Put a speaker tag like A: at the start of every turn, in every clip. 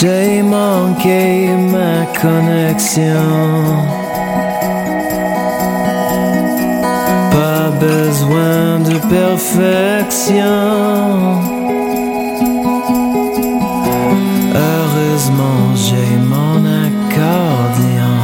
A: J'ai manqué ma connexion. Pas besoin de perfection. Heureusement, j'ai mon accordéon.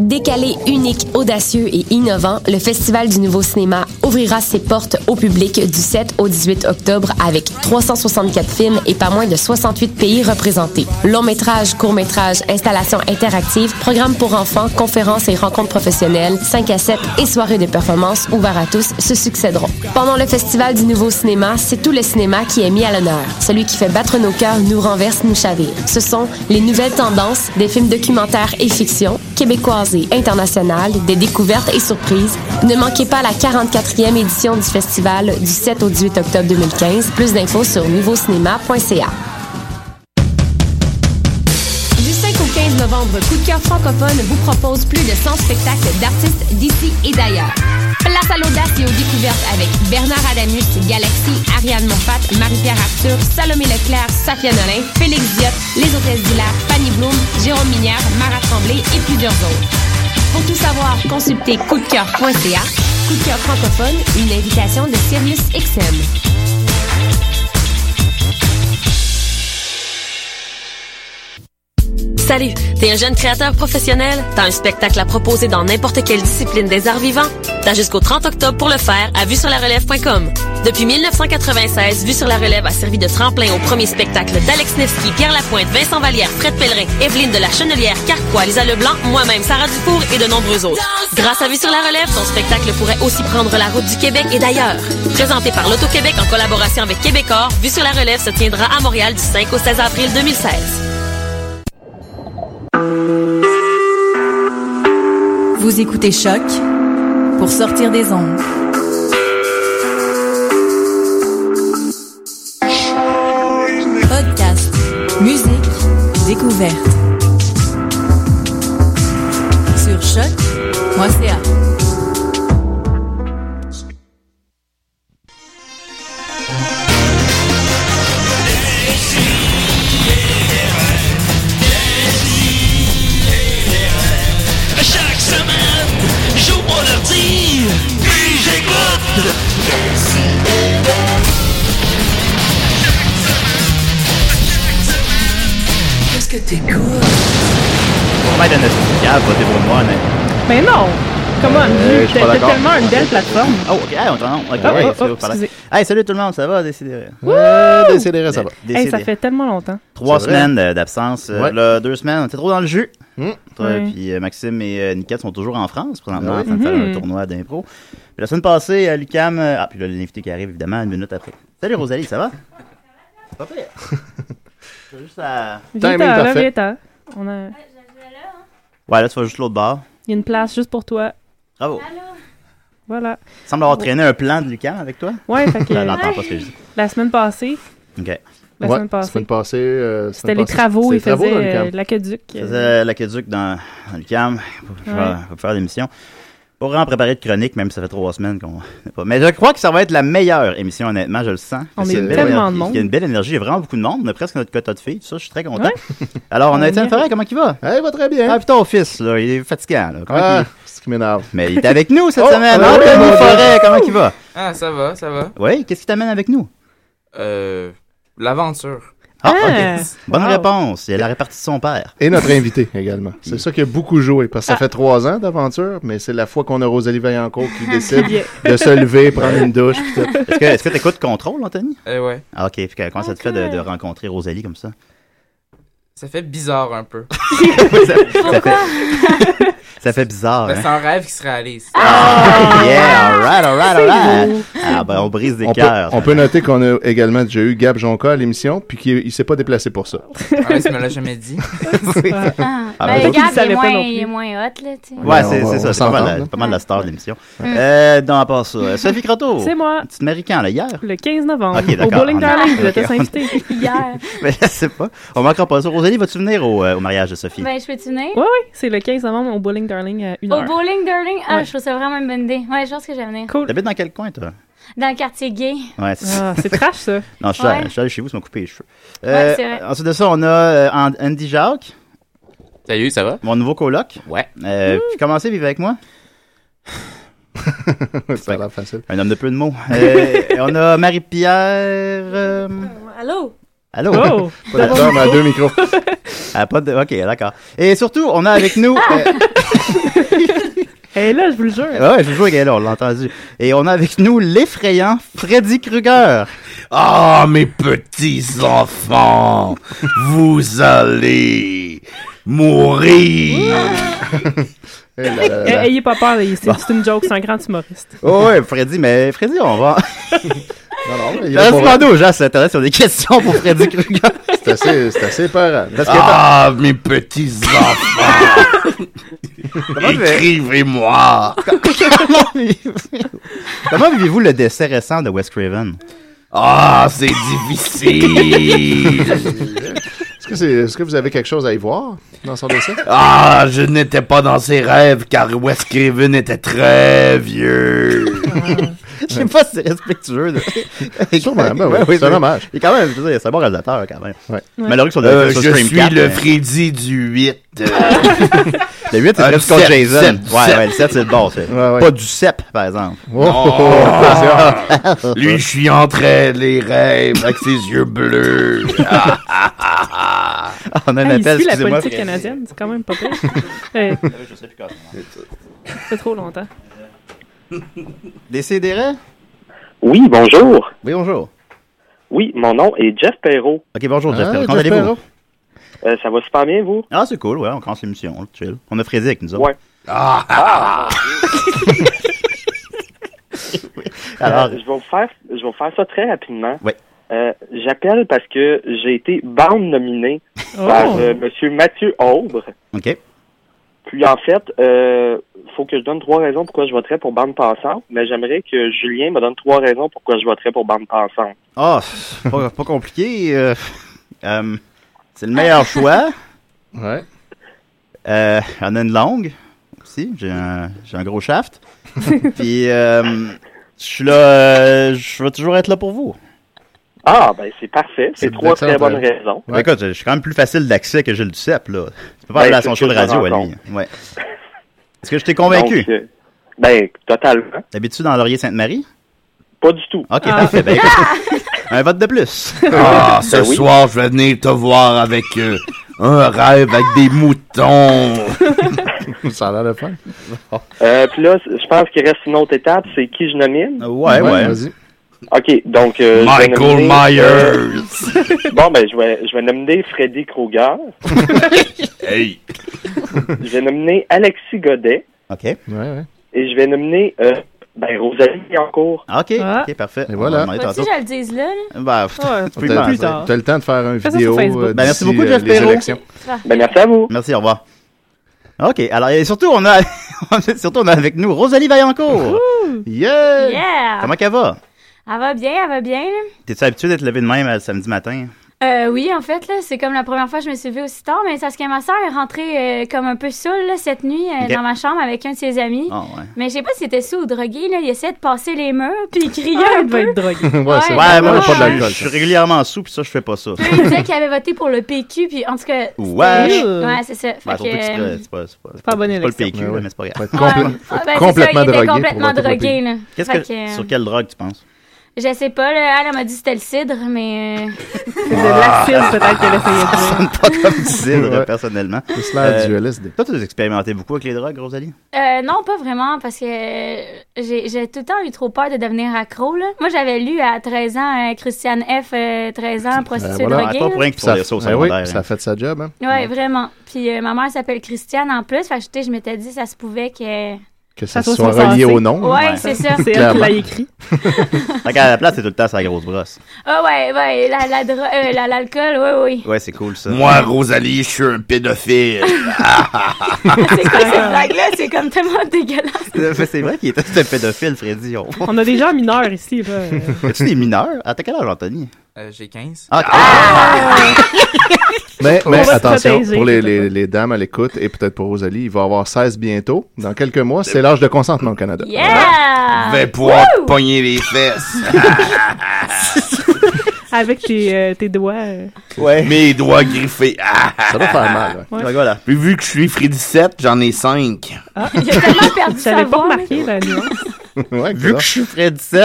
B: Décalé, unique, audacieux et innovant, le Festival du Nouveau Cinéma ouvrira ses portes au public du 7 au 18 octobre avec 364 films et pas moins de 68 pays représentés. Longs métrages, courts métrages, installations interactives, programmes pour enfants, conférences et rencontres professionnelles, 5 à 7 et soirées de performance ouvertes à tous se succéderont. Pendant le Festival du Nouveau Cinéma, c'est tout le cinéma qui est mis à l'honneur. Celui qui fait battre nos cœurs nous renverse, nous chavire. Ce sont les nouvelles tendances des films documentaires et fiction, québécoises et internationales, des découvertes et surprises. Ne manquez pas la 44e édition du festival du 7 au 18 octobre 2015. Plus d'infos sur nouveaucinéma.ca.
C: Du 5 au 15 novembre, Coup de cœur francophone vous propose plus de 100 spectacles d'artistes d'ici et d'ailleurs. Place à l'audace et aux découvertes avec Bernard Adamus, Galaxy, Ariane Monfat, Marie-Pierre Arthur, Salomé Leclerc, Safia Nolin, Félix Diop, Les Hôtesses d'Hilaire, Fanny Bloom, Jérôme Minière, Marat Tremblay et plusieurs autres. Pour tout savoir, consultez coupdecoeur.ca. Coup de cœur francophone, une invitation de Sirius XM.
D: Salut, t'es un jeune créateur professionnel, t'as un spectacle à proposer dans n'importe quelle discipline des arts vivants. T'as jusqu'au 30 octobre pour le faire à vue sur la relève.com. Depuis 1996, Vue sur la relève a servi de tremplin au premier spectacle d'Alex Nevsky, Pierre Lapointe, Vincent Vallière, Fred Pellerin, Evelyne de la Chenelière, Carquois, Lisa Leblanc, moi-même, Sarah Dufour et de nombreux autres. Grâce à Vue sur la relève, ton spectacle pourrait aussi prendre la route du Québec et d'ailleurs. Présenté par l'Auto-Québec en collaboration avec Québecor, Vue sur la relève se tiendra à Montréal du 5 au 16 avril 2016.
E: Vous écoutez Choc pour sortir des ondes. Podcast, musique, découverte. Sur choc.ca.
F: Chaque semaine, j'ouvre mon ordi, puis j'écoute. Qu'est-ce que t'écoutes?
G: travail de notre cave, votez pour moi, honnêtement.
H: Mais non! Comment?
G: Euh, je suis
H: T'as
G: pas
H: t'as
G: d'accord.
H: tellement une belle plateforme.
G: Oh, ok, hey, on t'en on- ok,
H: Ah,
G: ouais,
H: oh,
G: c'est
H: oh,
G: vous parler.
H: excusez.
G: Hey, salut tout le monde, ça va, décidez.
I: Ouais, décidérez, ça va.
H: Hey, ça fait tellement longtemps.
G: Trois
I: C'est vrai.
G: semaines euh, d'absence, euh,
I: Ouais.
G: là, deux semaines, on était trop dans le jus.
I: Hmm.
G: Toi,
H: Ouais.
G: Puis euh, Maxime et euh, Nickette sont toujours en France, présentement, en
I: Ah oui.
G: train de faire un
H: Mhm.
G: tournoi d'impro. Puis la semaine passée, euh, Lucam, euh, ah, puis là, l'invité qui arrive évidemment une minute après. Salut Rosalie, ça va? Pas pire. Je vais juste à-
H: Viens
I: Timing
H: t'en, là,
I: parfait.
H: viens t'en. On a...
G: Ouais, là, tu vas juste l'autre bord.
H: Il y a une place juste pour toi.
G: Bravo.
H: Voilà.
G: Semble avoir traîné un plan de Lucam avec toi.
H: Ouais, fait que
G: Elle
H: euh,
G: n'entend pas ce que je dis.
H: la semaine passée,
G: Ok.
H: la
I: Ouais,
H: semaine passée.
I: semaine passée, euh,
H: C'était
I: semaine
H: les
I: passée.
H: travaux, ils
I: C'était les travaux
H: faisaient
I: dans le camp.
H: euh, l'aqueduc.
G: Je faisais l'aqueduc dans, dans le cam pour, pour faire- pour faire l'émission. Pas vraiment préparé de chronique, même si ça fait trois semaines qu'on n'est pas. Mais je crois que ça va être la meilleure émission, honnêtement, je le sens.
H: On
G: Parce
H: est
G: qu'il y a une belle
H: tellement
G: énergie-
H: de monde.
G: Il y a une belle énergie, il y a vraiment beaucoup de monde. On a presque notre quota de filles, tout ça, je suis très content.
H: Ouais.
G: Alors, on
H: On
G: a Étienne
H: est-
G: Ferret, comment il va?
I: Eh, va très bien.
G: Ah, puis ton fils, là, il est fatigant, là. Comment
I: Ah,
G: qu'il-
I: c'est ce qui m'énerve.
G: Mais il est avec nous cette
I: Oh,
G: semaine.
I: oh,
G: Anthony
I: oh, oh.
G: Forêt, comment il va?
F: Ah, ça va, ça va.
G: Oui, qu'est-ce qui t'amène avec nous?
F: Euh, l'aventure.
G: Ah,
H: Ah.
G: ok. Bonne
H: Wow.
G: réponse. Il a la répartie de son père.
I: Et notre invité également. C'est ça qui a beaucoup joué, parce que ça
H: Ah.
I: fait trois ans d'aventure, mais c'est la fois qu'on a Rosalie Vaillancourt qui décide
H: Bien.
I: de se lever, prendre une douche. puis tout.
G: Est-ce que est-ce que t'écoutes Contrôle, Anthony?
F: Eh ouais.
G: Ah, ok. Puis comment ça te fait de, de rencontrer Rosalie comme ça?
F: Ça fait bizarre un peu.
G: Ça fait bizarre,
F: Mais
G: hein?
F: c'est un rêve qui se réalise. Ah
G: Yeah, alright, alright, alright. Ah, ben, on brise des
I: On peut,
G: cœurs.
I: on peut noter qu'on a également déjà eu Gab Jonca à l'émission, puis qu'il il s'est pas déplacé pour ça.
F: Ah ouais, tu me l'as jamais dit.
G: Ah,
J: Ben,
G: ben,
J: le
G: donc-
H: autres, ils
J: gars, il
H: savaient
J: est
H: pas
J: moins,
H: non plus.
J: il est moins hot, là, tu sais.
G: Ouais,
I: Mais on
G: c'est
I: va-
G: c'est
I: on
G: ça. C'est pas, mal
I: s'entend,
G: la-
I: là.
G: pas mal la star de l'émission. Euh, non, à part ça. euh, Sophie Croteau.
H: C'est moi,
G: Tu te maries quand, là, hier?
H: le 15 novembre,
G: Ok,
H: au
G: d'accord.
H: Bowling
G: On-
H: Darling, vous
G: ok,
H: êtes tous
G: on-
H: invités.
J: Hier.
G: Mais je sais pas. On manquera pas ça. Rosalie, vas-tu venir au, euh, au mariage de Sophie?
J: Ben, je peux-tu venir?
H: Ouais, ouais, c'est le 15 novembre au Bowling Darling euh, à 1h.
J: Au bowling, darling? Ah,
H: Ouais.
J: je trouve ça vraiment une bonne idée. Ouais, je pense que je vais venir.
H: Cool.
G: T'habites dans quel coin, toi?
J: Dans le quartier gay.
G: Ouais, c'est
H: Ah, c'est trash, ça.
G: Non, je suis,
J: Ouais.
G: allé, je suis allé chez vous, ça m'a coupé les cheveux. Euh,
J: c'est vrai.
G: Ensuite de ça, on a euh, And- Andy Jacques,
F: Salut, ça va?
G: mon nouveau coloc.
F: Ouais.
G: Euh, Puis comment c'est vivre avec moi?
I: ça a l'air facile.
G: Un homme de peu de mots. Euh, et on a Marie-Pierre... euh,
J: Allô?
G: Allô?
H: Oh!
I: Pas d'acteur, mais à deux micros.
G: Ah, pas de... Ok, d'accord. Et surtout, on a avec nous...
I: Ah!
G: euh,
H: Et Eh, là, je vous le jure.
G: ouais, je vous jure qu'elle est là, on l'a entendu. Et on a avec nous l'effrayant Freddy Krueger.
F: Oh, mes petits enfants! vous allez mourir!
I: Eh là là
H: Eh,
I: là.
H: Ayez pas peur, c'est c'est une joke, c'est un grand humoriste.
G: Oh, ouais, Freddy, mais Freddy, on va...
I: Non, non, il est
G: T'as
I: là pour-
G: demandé aux gens si ça t'intéresse, ils ont des questions pour Freddy Krueger.
I: c'est assez, c'est assez épeurant.
G: Parce que...
F: Ah, mes petits enfants!
G: Comment tu fais-
F: Écrivez-moi!
G: Comment vivez- Comment vivez-vous le décès récent de Wes Craven?
F: Ah, c'est difficile!
I: Est-ce que, c'est- est-ce que vous avez quelque chose à y voir dans son dessin?
F: Ah, je n'étais pas dans ses rêves car Wes Craven était très vieux.
G: Je sais pas si c'est respectueux. De...
I: Sûrement, ben oui, c'est un hommage.
G: Il est quand même, je veux dire, c'est un bon réalisateur quand même.
I: Ouais.
G: Malheureux qu'on
F: Euh,
G: ait fait
F: je
G: sur
F: suis
G: Scream 4,
F: le
G: mais-
F: Freddy du 8.
G: Le 8, c'est
F: Ah,
G: le
F: le
G: contre
F: sept,
G: Jason.
F: sept,
G: ouais,
F: sept.
G: ouais, le 7, c'est le bon. c'est-
I: Ouais, ouais.
G: Pas du CEP, par exemple.
I: Oh,
F: Lui, je suis entre les rêves
I: Ah,
F: avec ses yeux bleus. Ah, ah, ah, ah.
G: Ah, On a un
H: Ah, il
G: appel,
H: suit la
G: excusez-moi.
H: politique canadienne, c'est quand même pas pire.
K: Euh,
H: Eh, c'est trop longtemps.
G: Décidérez?
L: Oui, bonjour.
G: Oui, bonjour.
L: Oui, mon nom est Jeff Perrault.
G: Ok, bonjour, Jeff.
I: Ah,
G: Perrault.
I: Jeff
G: Comment allez-vous?
I: Perrault.
L: Euh, ça va super bien, vous?
G: Ah, c'est cool, ouais, on commence l'émission, on chill. On a Freddy avec nous autres. Ah!
L: Ouais.
I: Ah!
G: Alors,
L: Euh, je, vais vous faire, je vais vous faire ça très rapidement.
G: Oui.
L: Euh, J'appelle parce que j'ai été bande nominé par
H: Oh!
L: euh, Monsieur Mathieu Aubre.
G: ok.
L: Puis en fait, euh, faut que je donne trois raisons pourquoi je voterais pour bande passante, mais j'aimerais que Julien me donne trois raisons pourquoi je voterais pour bande passante.
G: Ah, pas, pas compliqué. euh, euh, c'est le meilleur choix.
I: Ouais.
G: Euh, on a une longue aussi. J'ai un, j'ai un gros shaft. Puis, euh, je suis là. euh, je vais toujours être là pour vous.
L: Ah, ben c'est parfait.
I: C'est
L: C'est trois très
I: excellent,
L: bonnes raisons.
I: Ouais.
G: Écoute, je, je suis quand même plus facile d'accès que j'ai le Duceppe, là. Tu peux pas aller
L: Ben,
G: à son
L: c'est
G: show de
L: ce que je
G: radio,
L: me rends
G: Ali. Ouais. Est-ce que je t'ai convaincu?
L: Donc, euh, ben, totalement.
G: T'habites-tu dans Laurier-Sainte-Marie?
L: Pas du tout.
G: Ok, parfait. Ben, écoute, un vote de plus.
F: Ah, ce
L: Ben oui.
F: soir, je vais venir te voir avec euh, un rêve avec des moutons.
I: Ça a l'air de faire.
L: Euh, puis là, je pense qu'il reste une autre étape, c'est qui je nomine.
G: Ouais, ouais.
I: Vas-y.
L: OK, donc... euh, je vais
F: Michael
L: nominer-
F: Myers.
L: Bon, ben, je vais, je vais nominer Freddy Krueger.
F: Hey.
L: je vais nominer Alexis Godet.
G: Ok.
I: Ouais, ouais.
L: Et je vais nominer, euh, ben, Rosalie Biancourt.
G: Ok,
H: Ah.
G: ok, parfait.
I: Et voilà.
G: On va en parler
J: Faut-tu
G: tantôt.
J: que je le dise là, là?
G: Ben, pff,
K: Oh, euh,
H: Ouais,
G: tu peux y
I: T'as-
G: penser.
H: plus tard.
I: T'as le temps de faire une
H: Fais ça
I: vidéo.
H: sur Facebook.
I: euh,
G: Ben, merci
I: d'ici,
G: beaucoup,
I: euh,
G: Jeff
I: les
G: Perrault.
I: élections.
L: Ben, merci à vous.
G: Merci, au revoir. OK, alors, et surtout, on a, surtout, on a avec nous Rosalie Vaillancourt. Yeah!
J: Yeah!
G: Euh, Comment qu'elle va?
J: Elle va bien, elle va bien, là.
G: T'es-tu habitué d'être levé de même euh, le samedi matin?
J: Euh, oui, en fait, là, c'est comme la première fois que je me suis levée aussi tard, mais c'est parce que ma soeur est rentrée euh, comme un peu saoule là, cette nuit euh,
G: Ok.
J: dans ma chambre avec un de ses amis.
G: Ah, ouais.
J: Mais je sais pas si c'était sous ou drogué, là. Il essayait de passer les murs, puis il criait
G: Ah,
J: un
G: ben,
J: peu.
G: drogué.
J: Ouais,
G: ouais,
J: c'est
G: ouais,
J: vrai.
G: moi,
J: Ouais.
G: je, suis- je suis régulièrement sous, puis ça, je fais pas ça.
J: Il disait qu'il avait voté pour le PQ, puis en tout cas... c'était-
G: Wesh.
J: Ouais, c'est ça.
G: Bah,
J: Fait
G: surtout que c'est pas-
J: que...
G: c'est pas, c'est pas,
J: pas bonne
G: c'est le
J: élection.
G: PQ,
J: Ouais, ouais.
G: mais c'est pas grave.
J: Ah, ben, c'est complètement ça, il était drogué pour complètement voter pour le drogué, PQ. là.
G: Qu'est-ce
J: Fait
G: que-
J: que, euh,
G: Sur quelle drogue, tu penses?
J: Je sais pas, là, elle, elle m'a dit que c'était le cidre, mais... euh,
G: Ah!
J: laxisme, peut-être qu'elle essayait
M: Ah,
J: de dire.
G: Ça sonne pas comme du cidre,
I: Ouais.
G: personnellement.
I: C'est
G: Euh,
I: cela, du
G: Toi, tu as expérimenté beaucoup avec les drogues, Rosalie?
J: Euh, non, pas vraiment, parce que euh, j'ai j'ai tout le temps eu trop peur de devenir accro. Là. Moi, j'avais lu à 13 ans euh, Christiane F., euh, 13 ans, prostituée droguée. là.
G: rien qu'ils font
I: Ça-
G: des sauces
I: eh oui,
G: secondaires,
I: Ça a fait sa job, hein?
J: Ouais, vraiment. Puis euh, ma mère s'appelle Christiane en plus. Fait que, tu sais, je m'étais dit, ça se pouvait que.
I: Que ça se soit relié au nom.
J: Ouais, c'est ça.
G: écrit. fait qu'à la place, c'est tout le temps sa grosse brosse.
J: Ah, ouais, ouais, la- la dro- euh, la- l'alcool, oui, oui.
G: Ouais, c'est cool, ça.
F: Moi, Rosalie, je suis un pédophile.
J: C'est quoi cette
K: Ah.
J: blague-là? C'est comme tellement dégueulasse.
G: Mais c'est vrai qu'il était un pédophile, Freddy. On...
K: On a des gens mineurs ici, là. euh,
G: As-tu des mineurs? À Ah, quel âge, Anthony?
N: J'ai 15.
G: Ah,
I: Mais,
N: On
I: mais
N: va se
I: attention,
N: protéger,
I: pour les, les- les dames à l'écoute et peut-être pour Rosalie, il va avoir 16 bientôt. Dans quelques mois, c'est l'âge de consentement au Canada.
J: Yeah!
I: Ah.
G: Ben,
F: Vais pouvoir te pogner les fesses.
K: Avec tes, euh, tes doigts. euh.
F: Mes doigts griffés.
G: Ah.
I: ça va faire mal.
K: ouais.
F: Puis vu que je suis Freddy 7, j'en ai 5.
K: Ah,
J: il a tellement perdu
K: J'avais
J: sa
K: pas
J: voix.
K: remarqué la nuance.
F: vu que je suis Freddy 7.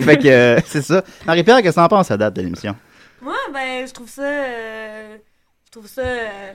G: fait que euh, c'est ça. Marie-Pierre, qu'est-ce que t'en penses à date de l'émission?
M: Moi, ben, je trouve ça. euh, je trouve ça. euh,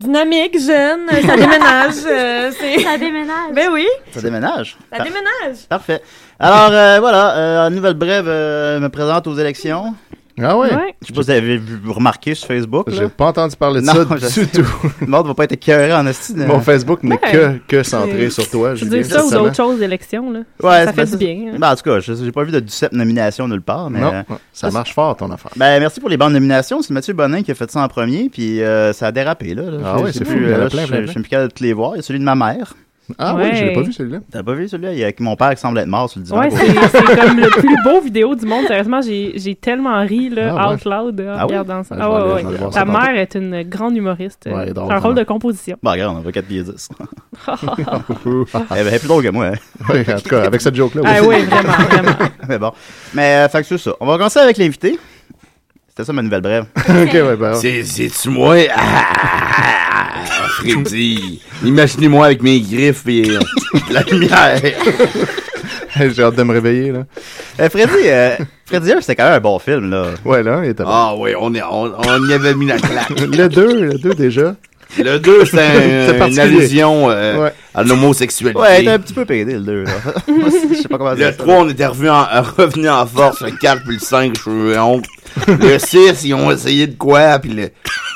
M: dynamique, jeune, euh, ça déménage. euh, c'est-
J: Ça déménage.
M: Ben oui,
G: Ça déménage?
M: ça
G: Par-
M: déménage.
G: Parfait. Alors, euh, voilà, euh, en nouvelle brève, euh, me présente aux élections.
I: Ah ouais?
G: Je sais pas si vous avez vu- remarqué sur Facebook.
I: J'ai pas entendu parler de ça du tout.
G: Le monde va pas être écœuré en esti. de-
I: Mon Facebook n'est
K: Ouais.
I: que, que centré sur toi,
K: Je
I: Julien.
K: dis ça ou
G: justement.
K: d'autres choses d'élection, là.
G: Ouais, ben,
K: ça fait du bien. hein.
G: Ben, en tout cas, je- j'ai pas vu de 17 nominations nulle part. Mais
I: Non,
G: euh,
I: ça marche fort, ton affaire.
G: Ben, merci pour les bandes nominations. C'est Mathieu Bonin qui a fait ça en premier, puis euh, ça a dérapé. Là, là.
I: Ah
G: Je-
I: ouais,
G: je sais
I: c'est fou,
G: plus,
I: il y en a
G: là,
I: plein,
G: je-
I: plein,
G: Je
I: plein.
G: suis plus capable de tous les voir. Il y a celui de ma mère.
I: Ah ouais, je l'ai pas vu, celui-là.
G: T'as pas vu celui-là? Il y a- Mon père qui semble être mort sur le divan.
K: Ouais, c'est c'est comme le plus beau vidéo du monde. Sérieusement, j'ai j'ai tellement ri, là,
G: Ah ouais.
K: out loud, en
G: Ah ouais?
K: regardant ça.
G: Ah, je
K: Ah
G: vais aller- je vais
K: ouais, ouais.
G: aller voir ça
K: Ta
G: tantôt.
K: mère est une grande humoriste.
G: Ouais, drôle,
K: euh, un
G: vraiment.
K: rôle de composition.
G: Bah, regarde, on va 4 pieds 10.
J: Ah.
G: Elle est plus drôle que moi.
I: Ah, Oui, en tout cas, avec cette joke-là.
G: Ah
K: oui, vraiment,
G: vraiment. Mais bon. Mais, euh, fait que c'est ça. On va commencer avec l'invité. C'était ça ma nouvelle brève.
I: ok, ouais, ben.
F: C'est- C'est-tu moi? Ah, Freddy. Imaginez-moi avec mes griffes et euh, la lumière.
I: J'ai hâte de me réveiller, là.
G: Euh, Freddy, Freddy 1, c'était quand même un bon film, là.
I: Ouais, là, il était bon.
F: Ah oui, on, est- on, on y avait mis la claque.
I: Le 2, le 2 déjà.
F: Le 2, c'est un-
I: C'est
F: une
I: particulier.
F: allusion euh,
I: Ouais.
F: à l'homosexualité.
G: Ouais, était un petit peu pédé, le 2. Je sais pas comment
F: Le 3, on était revenu en, euh, revenu en force. Le 4 puis le 5, je suis honte. Le 6, ils ont essayé de quoi, puis le...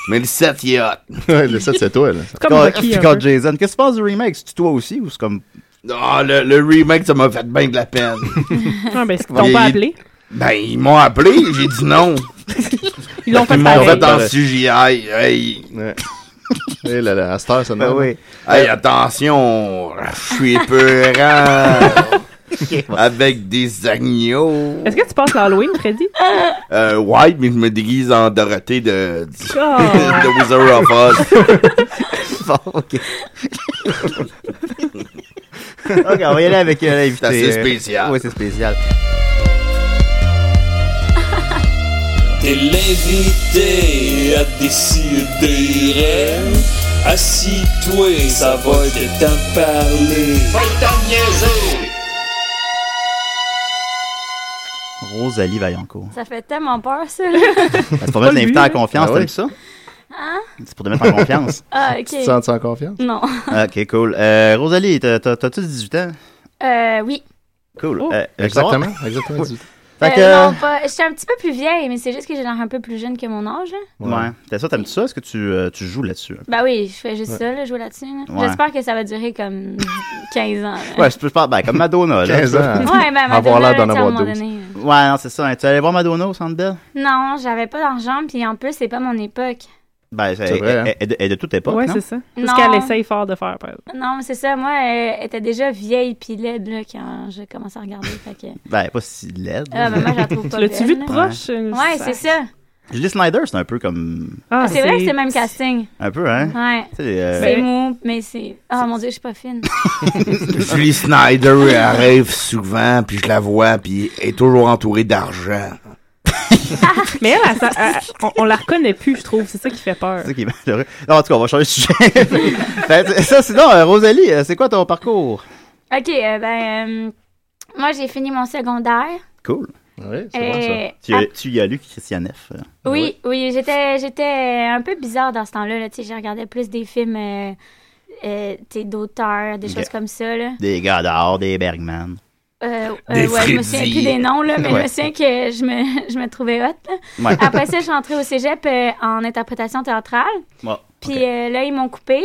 F: Mais le 7, il est hot.
I: Ouais, le 7, c'est toi, là.
K: Comme
G: Quand-
K: Rocky,
G: puis
K: un
G: quand
K: peu.
G: Jason, qu'est-ce que tu penses du remake? C'est-tu toi aussi ou c'est comme.
F: Ah, le, le remake, ça m'a fait bien de la peine.
K: Ah, ben, est-ce qu'ils t'ont
F: Ils-
K: pas appelé?
F: Ben, ils m'ont appelé, j'ai dit non.
K: Ils l'ont fait
F: Ils m'ont
K: pareil.
F: fait en CGI. Hey,
I: Ouais. Eh là là, à cette heure, ça
F: Ben
I: demande.
F: oui. hey attention, je suis épeurant. Avec des agneaux.
K: Est-ce que tu passes l'Halloween, Freddy?
F: Euh, ouais, mais je me déguise en Dorothée de, de,
K: Oh.
F: de Wizard of
G: Oz. bon, ok. ok, on va y aller avec euh, l'invité.
F: C'est assez spécial.
G: Oui, c'est spécial.
O: T'es l'invité à décider. Assis-toi, ça va être temps de parler.
G: Rosalie Vaillancourt.
J: Ça fait tellement peur, ça.
G: Ben, C'est pour mettre l'invité en confiance,
I: Ah
G: t'as
I: oui.
G: vu ça?
J: Hein?
G: C'est pour te mettre en confiance.
J: Ah, ok.
I: Tu te sens en confiance?
J: Non.
G: ok, cool. Euh, Rosalie, t'as- t'as- t'as-tu 18 ans?
J: Euh, oui.
G: Cool. Euh, euh,
I: Exactement,
G: ça va?
I: exactement.
G: Oui. Fait que.
J: Euh, non, pas- Je suis un petit peu plus vieille, mais c'est juste que j'ai l'air un peu plus jeune que mon âge. hein.
G: Ouais. T'as ça, t'aimes-tu ça? Est-ce que tu, euh, tu joues là-dessus?
J: Bah oui, je fais juste
G: Ouais.
J: ça, là, jouer là-dessus. là.
G: Ouais.
J: J'espère que ça va durer comme 15 ans. là.
G: Ouais, je peux faire ben, comme Madonna. là.
I: 15 ans.
J: Ouais, ben, Avoir Madonna, l'air d'en là, tu sais, à un avoir moment 12. donné,
G: Ouais, non, c'est ça. hein. Tu es allé voir Madonna au centre Bell?
J: Non, j'avais pas d'argent, puis en plus, c'est pas mon époque.
G: Ben, c'est
I: C'est vrai, hein?
G: elle- elle- elle est de toute époque,
K: Ouais,
G: non?
K: c'est ça. C'est
J: Non.
K: ce qu'elle essaye fort de faire, par exemple.
J: Non, mais c'est ça. Moi, elle elle était déjà vieille puis laide là, quand j'ai commencé à regarder. fait que-
G: Ben, elle est pas si laide.
J: Ah, ben, moi, je la trouve pas
K: Tu l'as-tu
J: belle,
K: vu de
J: là.
K: proche? Euh,
J: Ouais, c'est ça.
G: Julie Snyder, c'est un peu comme...
J: Ah, c'est vrai que c'est le même casting.
G: Un peu, hein?
J: Ouais.
G: Tu sais, euh,
J: C'est mou, mais c'est. Ah mon dieu, je suis pas fine.
F: Julie Snyder, elle arrive souvent, puis je la vois, puis elle est toujours entourée d'argent.
K: Mais elle, elle, ça- elle- on, on la reconnaît plus, je trouve. C'est ça qui fait peur.
G: C'est ça qui est malheureux. Non, en tout cas, on va changer de sujet. Fait que ça, sinon, euh, Rosalie, euh, c'est quoi ton parcours?
J: ok, euh, ben. euh, moi, j'ai fini mon secondaire.
G: Cool.
I: Oui,
J: c'est bon, ça. Euh,
G: Tu, y as- tu y as lu Christian F. euh.
J: ah, Oui, oui, j'étais, j'étais un peu bizarre dans ce temps-là. Là, tu sais, je regardais plus des films euh, euh, tu sais, d'auteurs, des
G: Ok.
J: choses comme ça. Là.
G: Des Godard, des Bergman.
J: Euh, euh,
G: Des
J: ouais, je me souviens
G: Fritzi.
J: plus des noms, là, mais
G: Ouais.
J: je me souviens que je me, je me trouvais hot. là.
G: Ouais.
J: Après ça, je suis entrée au cégep euh, en interprétation théâtrale.
G: Bon.
J: Puis euh, là, ils m'ont coupé.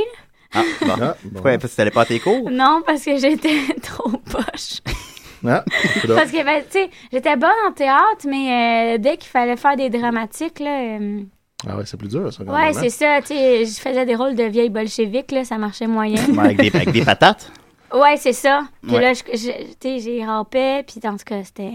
G: Ah, bon. Pourquoi? Parce que t'allais pas à tes cours?
J: Non, parce que j'étais trop poche.
I: Ah,
J: Parce que, ben, tu sais, j'étais bonne en théâtre, mais euh, dès qu'il fallait faire des dramatiques, là, euh,
I: Ah ouais, c'est plus dur, ça. quand
J: ouais,
I: même, hein?
J: c'est ça, tu sais, je faisais des rôles de vieille bolchevique, là, ça marchait moyen.
G: Ouais, avec, des, avec des patates?
J: ouais, c'est ça. Puis
G: Ouais.
J: là, je- je- tu sais, j'ai rampé, puis en tout cas, c'était...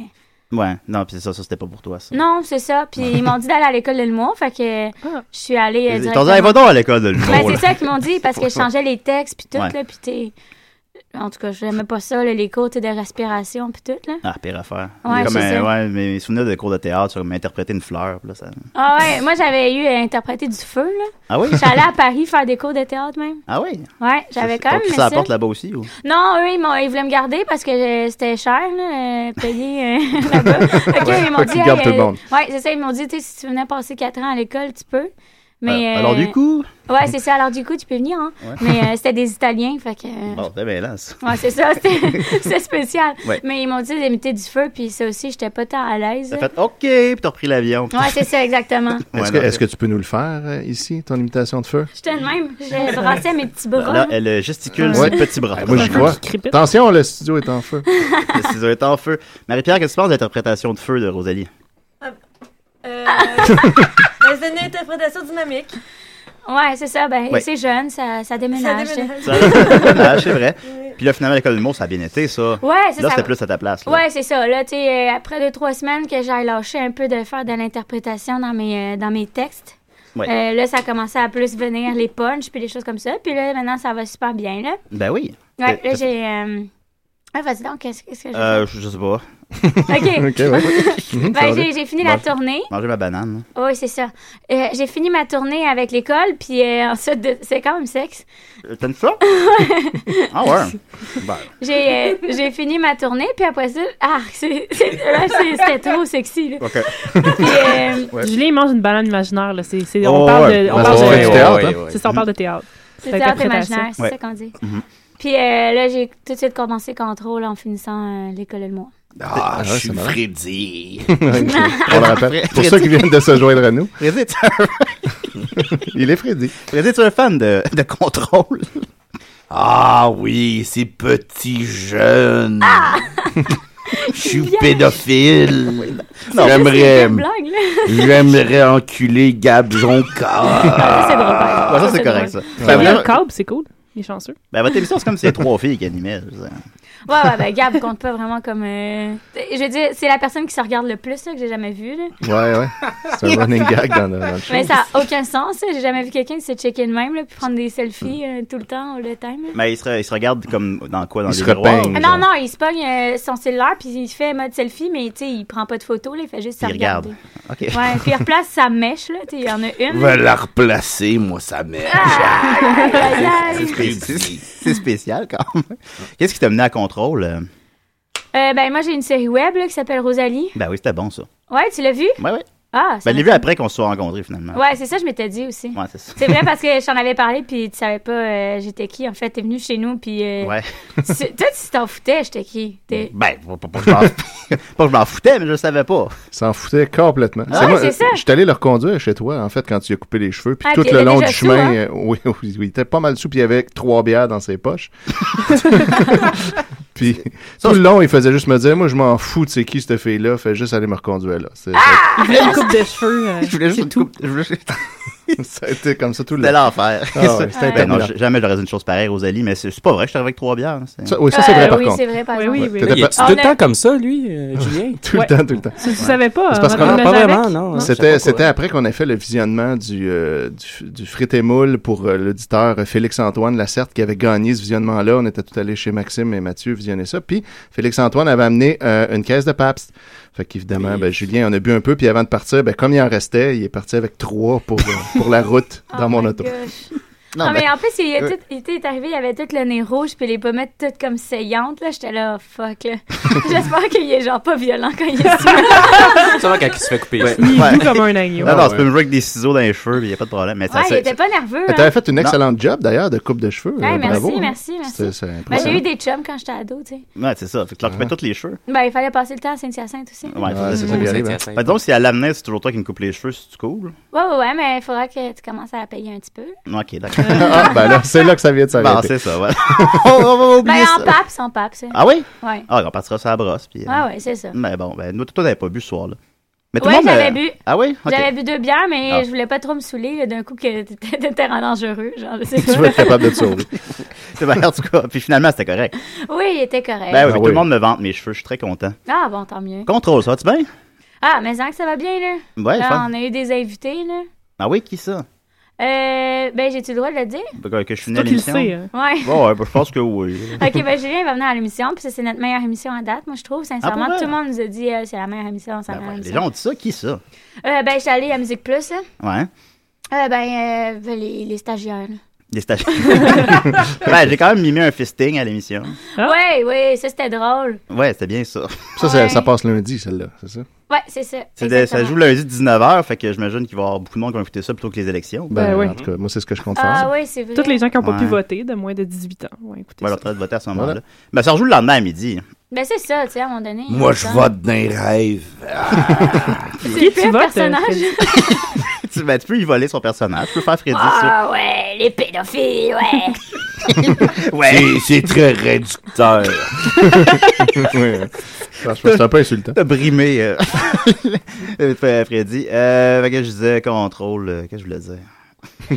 G: Ouais. Non, puis c'est ça, ça c'était pas pour toi, ça.
J: Non, c'est ça, puis ils m'ont dit d'aller à l'école de l'humour, fait que je suis allée euh,
G: Ah. Ils t'ont
J: directement.
G: dit, Hey, va donc à l'école de l'humour.
J: Ben,
G: là.
J: c'est ça qu'ils m'ont dit, parce que je changeais les textes, puis tout,
G: Ouais.
J: là, puis t'es... En tout cas, j'aimais pas ça, là, les cours, tu sais, de respiration, puis tout, là.
G: Ah, pire affaire.
J: Ouais,
G: Comme
J: c'est
G: un-
J: ça.
G: ouais, mes souvenirs de cours de théâtre, sur m'interpréter une fleur. puis Là, ça...
J: Ah ouais, moi j'avais eu à interpréter du feu là.
G: Ah oui?
J: J'allais à Paris faire des cours de théâtre même.
G: Ah oui?
J: Ouais, j'avais quand
G: T'as
J: même
G: pris
J: aimé
G: ça à
J: ça.
G: la porte là-bas aussi? Ou...
J: Non, eux ils, m'ont- ils voulaient me garder parce que euh, c'était cher là, euh, payé euh, là-bas. Fait que,
G: Ouais,
J: ils
G: faut
J: m'ont
G: qu'ils
J: dit euh,
G: gardent tout le monde.
J: Ouais, c'est ça, ils m'ont dit tu sais, si tu venais passer 4 ans à l'école, tu peux. Mais
G: Ah,
J: euh,
G: Alors, du coup?
J: Ouais, c'est ça, alors du coup, tu peux venir hein.
G: Ouais.
J: Mais euh, c'était des Italiens, fait que euh,
G: Bon, t'es bien là, ça.
J: Ouais, c'est ça, c'était c'était spécial.
G: Ouais.
J: Mais ils m'ont dit d'imiter du feu, puis ça aussi, j'étais pas tant à l'aise.
G: T'as fait OK, puis t'as repris l'avion.
J: Ouais, c'est ça, exactement.
I: Est-ce que, est-ce que tu peux nous le faire euh, ici, ton imitation de feu?
J: J'étais de même, je brassais mes petits bras.
G: Là, elle euh, gesticule ses
I: Ouais.
G: petits bras.
I: Ah, moi, j'y crois. Attention, le studio est en feu.
G: Le ciseau est en feu. Marie-Pierre, qu'est-ce que tu penses de l'interprétation de feu de Rosalie?
M: Euh, ben, c'est une interprétation dynamique.
J: Ouais, c'est ça. Ben,
G: Ouais.
J: c'est jeune, ça, ça déménage.
M: Ça déménage.
G: Ça, ah, c'est vrai. Puis là, finalement, l'école d'humour, ça a bien été, ça.
J: Ouais, c'est
G: Là,
J: ça.
G: c'était plus à ta place. là.
J: Ouais, c'est ça. Là, tu sais, euh, après deux, trois semaines que j'ai lâché un peu de faire de l'interprétation dans mes, euh, dans mes textes,
G: Ouais.
J: euh, là, ça a commencé à plus venir les punchs puis des choses comme ça. Puis là, maintenant, ça va super bien, là.
G: Ben oui.
J: Ouais,
G: T'as-
J: là,
G: t'as-
J: j'ai. euh, Ah, vas-y donc, qu'est-ce qu'est-ce que je.
G: Euh, je, je sais pas.
J: OK.
G: Ok, ouais. Mhm, ça va
J: ben, j'ai
G: bien.
J: j'ai fini la
G: Mange-
J: tournée.
G: Manger ma banane.
J: Oui, c'est ça. Euh, j'ai fini ma tournée avec l'école, puis euh, ensuite, de- c'est quand même sexe.
G: Euh, T'as une fleur? ah ouais. Ben,
J: J'ai euh, j'ai fini ma tournée, puis après ça, ah, c'est- c'est- là, c'est- c'était trop sexy. Là.
G: OK.
J: Puis, euh,
K: Ouais. Julie, il mange une banane imaginaire. Là. C'est, Ah, c'est- on
G: Oh,
K: parle
G: ouais.
K: de, on
G: Ouais,
K: parle
G: ouais,
K: de-
G: ouais, théâtre, ouais, hein.
K: C'est ça, on parle de théâtre.
J: c'est
K: C'est
J: théâtre
K: interprétation.
J: imaginaire, c'est
G: Ouais.
J: ça qu'on dit.
G: Mhm.
J: Puis euh, là, j'ai tout de suite commencé contrôle en finissant euh, l'école de mois.
F: Ah,
I: Ah,
F: je
I: ouais,
F: suis
I: c'est malade.
F: Freddy.
I: On le rappelle. Pour ceux qui viennent de se joindre à nous.
G: Freddy, tu
I: Il est Freddy.
G: Freddy, tu es un fan de, de contrôle.
F: Ah oui, ces petits jeunes.
J: Ah!
F: Je suis pédophile.
J: Non, bah, c'est
F: J'aimerais.
J: une blague, là.
F: J'aimerais enculer Gab
J: Ah,
F: Jonca.
K: C'est drôle, par exemple.
G: Ah. Ouais, ça, c'est correct, ça.
I: Ben,
K: Il y a
G: Ouais.
K: un câble, c'est cool. Il est chanceux.
G: Ben, votre émission, c'est comme si c'était trois filles qui animaient. je veux dire.
J: Ouais, ouais, ben Gab compte pas vraiment comme... euh, Je veux dire, c'est la personne qui se regarde le plus là, que j'ai jamais vue. Là.
I: Ouais, ouais. C'est un running gag dans le, dans le show.
J: Mais ça a aucun sens. là. J'ai jamais vu quelqu'un qui se checker de même, là, puis prendre des selfies euh, tout le temps, all the time. là.
G: Mais ils se, re- ils se regardent comme dans quoi? Dans des
I: Ils se
G: miroirs?
I: repeignent,
J: Ah non, non, il se pogne euh, son cellulaire, puis il fait mode selfie, mais tu sais, il prend pas de photo, là, il fait juste se
G: Il regarde.
J: regarder.
G: OK.
J: Ouais, puis il replace sa mèche, là, tu sais, il y en a une.
F: Va la replacer, moi, sa mère.
J: Ah, Aïe, aïe, aïe.
G: C'est spécial, c'est spécial quand même. Qu'est-ce qui t'a mené à contrôle? euh?
J: Euh, ben, moi, j'ai une série web, là, qui s'appelle Rosalie.
G: Ben oui, c'était bon ça.
J: Ouais, tu l'as vue?
G: Ouais, ouais.
J: Ah, ça
G: Ben, je l'ai
J: m'a-
G: vu après qu'on se soit rencontrés finalement.
J: Ouais, c'est ça, je m'étais dit aussi.
G: Ouais, c'est ça.
J: C'est vrai parce que je t'en avais parlé, puis tu savais pas euh, j'étais qui. En fait, t'es venu chez nous, puis. euh,
G: Ouais.
J: tu- Toi, tu t'en foutais, j'étais qui? T'es-
G: Ben, pas, pas- pas que je m'en- pas que je m'en foutais, mais je le savais pas.
I: S'en foutait complètement.
J: Ah, ouais, c'est ça.
I: Je suis allé le reconduire chez toi, en fait, quand tu lui as coupé les cheveux. Puis
J: Ah,
I: tout
J: puis il
I: le
J: était
I: long
J: déjà
I: du
J: sous,
I: chemin,
J: hein?
I: euh, oui, oui, il était pas mal sous, puis il avait trois bières dans ses poches. puis tout le long, il faisait juste me dire Moi, je m'en fous de c'est qui cette fille-là, fais juste aller me reconduire là. C'est-
J: Ah!
K: Il voulait une coupe de cheveux. euh,
G: Je voulais juste une coupe- je voulais juste-
I: ça a été comme ça tout le
G: C'était l'enfer.
I: Ah ouais, c'était
G: Ben non,
I: interminable.
G: j- jamais j'aurais dit une chose pareille, Rosalie, mais c'est c'est pas vrai, je suis arrivé avec trois bières. c'est-
I: Ça- oui, ça, c'est Euh, vrai, par oui, contre.
J: c'est vrai, par Oui,
K: oui,
J: exemple. oui,
G: T'étais
J: oui.
G: pas-
J: Ah, on a-
I: comme ça, euh,
K: lui,
I: Julien? tout le
K: Ouais.
I: temps, tout le temps.
K: Ça, tu savais pas,
I: C'est parce
K: hein,
I: qu'on
K: on
I: en
K: l'a
I: parle
K: jamais?
I: vraiment,
K: Non. hein.
I: non.
K: Je
I: C'était c'était après qu'on a fait le visionnement du, euh, du, f- du frites et moules pour euh, l'auditeur euh, Félix-Antoine Lacerte qui avait gagné ce visionnement-là. On était tout allés chez Maxime et Mathieu visionner ça. Puis Félix-Antoine avait amené euh, une caisse de Pabst. Fait qu'évidemment, ben, Julien, on a bu un peu. Puis avant de partir, ben, comme il en restait, il est parti avec trois pour, euh, pour la route
J: Oh
I: dans mon auto.
J: Non, Ah,
G: Ah,
J: mais en plus, il, a
I: euh,
J: tout- il était arrivé, il avait tout le nez rouge, puis les pommettes toutes comme saillantes. Là, j'étais là, oh, fuck, là. J'espère qu'il est genre pas violent quand il est sûr.
G: Ça va quand il se fait couper.
J: Il joue comme un agneau.
G: Non, non, tu
J: Ouais.
G: peux me jouer avec des ciseaux dans les cheveux, il n'y a pas de problème. Mais ça,
J: Ouais, il
G: c'est-
J: était pas nerveux.
I: Mais
J: hein.
I: T'avais fait une
G: Non.
I: excellente job d'ailleurs de coupe de cheveux.
J: Ouais,
I: euh,
J: merci,
I: bravo.
J: merci, merci.
I: C'est- c'est
J: Ben, j'ai
I: impressionnant.
J: eu des chums quand j'étais ado, tu sais.
G: Ouais, c'est ça. Fait que tu leur coupais tous les cheveux.
J: Ben, il fallait passer le temps à Saint-Hyacinthe aussi.
G: Ouais,
I: Ouais,
G: c'est
I: c'est ça qui arrive, hein.
G: Fait que donc, si elle l'amenait, c'est toujours toi qui me coupe les cheveux, c'est cool.
J: Ouais, ouais, ouais, mais il faudra que tu commences à payer un petit peu.
G: Ok, d'accord.
I: ah, ben là, c'est là que ça vient de s'arrêter.
G: Bon, c'est ça, ouais. on, va
J: Ben, en pape, sans pape, ça.
G: Ah oui?
J: Ouais.
G: Ah, on partira sur la brosse. Puis,
J: Ouais, ouais, c'est ça.
G: Mais bon, ben, nous, toi, t'avais pas bu ce soir-là. Mais
J: ouais,
G: euh,
J: j'avais bu.
G: Ah oui? Ok.
J: J'avais bu deux bières, mais
G: Ah.
J: je voulais pas trop me saouler là, d'un coup que t'étais t'étais en dangereux. Genre, je sais
G: Tu
J: pas.
G: vas être capable de te sauver. c'est bien, Ben, en tout cas. Puis finalement, c'était correct.
J: Ah Oui, il était correct.
G: Ben oui, tout le monde me vante mes cheveux, je suis très content.
J: Ah bon, tant mieux.
G: Contrôle, ça va-tu bien?
J: Ah, mais que ça va bien, là.
G: Ouais,
J: Là,
G: fun.
J: on a eu des invités, là.
G: Ah oui, qui ça? Ben,
J: Euh, ben, j'ai-tu le droit de le dire?
G: Que, que je finis
J: toi qui le
G: l'émission?
J: sais, hein. Ouais.
G: Bon, ouais, ben, je pense que oui.
J: OK, ben Julien va venir à l'émission, puis ça, c'est notre meilleure émission à date, moi, je trouve. Sincèrement,
G: Ah, pour vrai? Ben,
J: tout le monde nous a dit euh, c'est la meilleure émission, c'est la meilleure
G: Les
J: émission.
G: gens ont dit ça, qui ça?
J: Euh, ben, je suis allée à Musique Plus, là.
G: Ouais. hein?
J: Euh, ben, euh, ben, les, les stagiaires, là.
G: Des stagiaires. ben, j'ai quand même mimé un fisting à l'émission.
J: Ouais, ouais, ça, c'était drôle.
G: Ouais, c'était bien ça.
I: Ça, ça, ça passe lundi, celle-là, c'est ça?
J: Ouais, c'est ça.
G: C'est de- ça
J: exactement.
G: joue lundi 19h, fait que j'imagine qu'il va y avoir beaucoup de monde qui va écouter ça plutôt que les élections.
I: Ben, En tout cas, moi, c'est ce que je compte faire.
J: Ah, ouais, c'est vrai.
K: Toutes les gens qui n'ont pas pu
G: Ouais.
K: voter de moins de 18 ans. Ouais, écoute.
G: Ouais, leur train de voter à ce moment-là. Ben, ça rejoue le lendemain à midi.
J: Ben, c'est ça, tu sais, à un moment donné.
G: Moi, je
J: ça.
G: vote dans les rêves.
J: C'est plus
K: Qui tu
J: un
K: votes, euh,
J: personnage.
G: tu, ben, tu peux y voler son personnage, tu Ah, peux faire Freddy.
J: Ah, ouais, les pédophiles, ouais.
G: ça. Ouais.
F: C'est très réducteur.
I: Franchement, c'est un peu insultant.
G: T'as brimé euh, euh, Freddy. Euh, fait que je disais contrôle, euh, qu'est-ce que je voulais dire?
I: hein.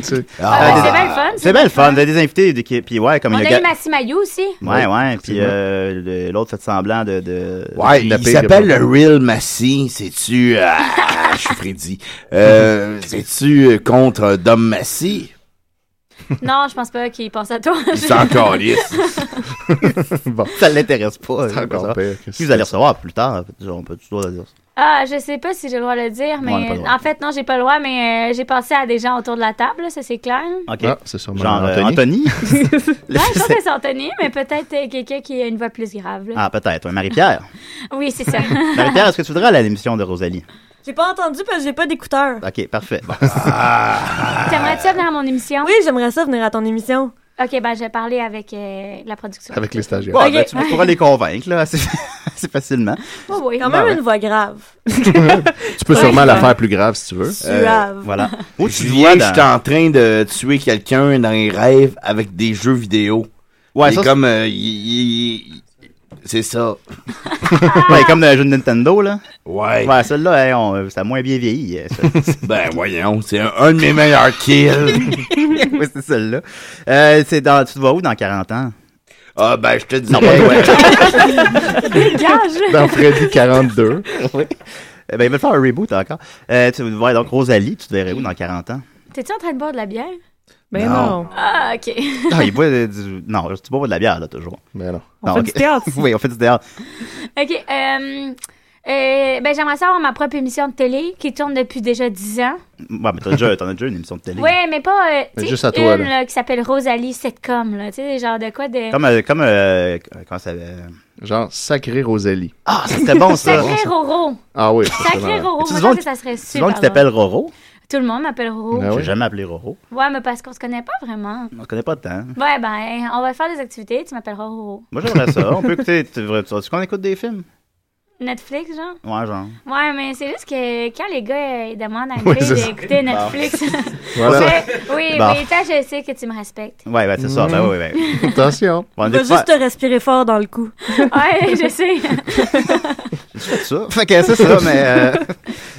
J: Ah,
G: des-
J: c'est bien le fun,
G: C'est bien le fun. Vous avez des invités. de- qui- Puis ouais, comme
J: On
G: il y a
J: a eu
G: ga-
J: Massy Mayou aussi.
G: Ouais, ouais. Puis
F: effectivement.
G: euh, le- l'autre fait semblant de. de
F: Ouais,
G: de
F: il,
G: napper,
F: s'appelle
G: là.
F: le Real Massy. C'est-tu. Ah, je suis Freddy. Euh, C'est-tu euh, contre Dom Massy?
J: Non, je pense pas qu'il pense à toi.
F: Il s'en calisse.
G: bon. Ça l'intéresse pas.
I: C'est
G: hein,
I: encore
G: ça.
I: pire que
G: Qui vous allez recevoir plus tard? On peut toujours le dire.
J: Ah, je sais pas si j'ai le droit de le dire, mais
G: on n'a pas le droit.
J: en fait, non, j'ai pas le droit, mais euh, j'ai pensé à des gens autour de la table, là, ça c'est clair.
G: OK.
I: Ah, c'est sûrement
G: Genre euh, Anthony.
I: Anthony.
J: Ouais, je pense que c'est Anthony, mais peut-être euh, quelqu'un qui a une voix plus grave. là.
G: ah, peut-être. ouais, Marie-Pierre.
J: Oui, c'est ça.
G: Marie-Pierre, est-ce que tu voudrais aller à l'émission de Rosalie?
M: J'ai pas entendu parce que j'ai pas d'écouteurs.
G: OK, parfait. Bon. Ah.
J: T'aimerais-tu venir à mon émission?
M: Oui, j'aimerais ça venir à ton émission.
J: Ok, ben je vais parler avec euh, la production.
G: Avec les stagiaires. Bon,
J: Ok.
G: ben, tu pourras les convaincre là, assez, assez facilement.
J: Oh, oui.
M: Quand
G: Ben
M: même
G: ouais.
M: une voix grave.
I: Tu peux
M: Ouais.
I: sûrement la faire plus grave si tu veux.
G: euh,
F: Euh,
M: Suave.
G: voilà.
F: Où
G: tu le vois dans-
F: je suis en train de tuer quelqu'un dans les rêves avec des jeux vidéo.
G: Ouais,
F: c'est
G: ça, c'est-
F: comme. euh, il- il- il- C'est ça.
G: ouais, comme dans le jeu de Nintendo, là.
F: Ouais.
G: Ouais, celle-là, hein, on- ça a moins bien vieilli. euh, ça.
F: Ben voyons, c'est un, un de mes meilleurs kills.
G: ouais, c'est celle-là. Euh, c'est dans, tu te vois où dans 40 ans?
F: Ah, ben, je te dis.
J: Dégage!
G: Dans Freddy 42. oui. Eh Ben, il va faire un reboot encore. Euh, tu vas voir donc Rosalie, tu te verrais où dans 40 ans?
J: T'es-tu en train de boire de la bière?
G: Ben Non. non.
J: Ah, ok.
G: Ah, il boit euh, du... Non, tu bois pas de la bière, là, toujours. Mais non.
J: On fait du
G: ok.
K: Ah,
J: théâtre.
G: oui, on fait du théâtre.
J: OK. euh, euh, ben, j'aimerais ça avoir ma propre émission de télé qui tourne depuis déjà 10 ans.
G: Ouais, mais t'as déjà, t'en as déjà une émission de télé.
J: Ouais, mais pas euh,
G: Mais
J: tu sais,
G: Ben, juste à toi,
J: une
G: là.
J: là, qui s'appelle Rosalie Setcom. Là, tu sais, genre de quoi de.
G: Comme, euh, comme, euh, comment ça, euh,
I: Genre, sacré Rosalie.
G: Ah, ça, c'était bon, ça.
J: Sacré Roro.
I: Ah oui. ça, c'est
J: Sacré
I: malade.
J: Roro.
G: Tu
J: Moi, je
G: dis donc
J: pense que ça serait
G: C'est donc
J: super.
G: tu t'appelles
J: drôle.
G: Roro.
J: Tout le monde m'appelle Roro.
I: Ben
G: J'ai jamais appelé Roro.
J: Ouais, mais parce qu'on se connaît pas vraiment.
G: Ah On connaît pas tant.
J: Ouais, ben, on va faire des activités. Tu m'appelleras Roro.
G: Moi, j'aimerais ça. On peut écouter. Tu veux- tu veux qu'on écoute des films?
J: Netflix, genre?
G: Ouais, genre.
J: Ouais, mais c'est juste que quand les gars euh, demandent à une
G: Oui, c'est
J: fille
G: ça.
J: d'écouter
G: Bon.
J: Netflix.
G: Voilà.
J: Mais- oui,
G: Bon.
J: mais toi, je sais que tu me respectes.
G: Ouais, ben, c'est ça. Ben, oui,
I: Mm.
G: ben.
I: Attention.
G: On
M: Il va
G: est
M: juste te respirer fort dans le cou.
J: Ouais, je sais.
G: ça. Fait que c'est ça, mais. euh,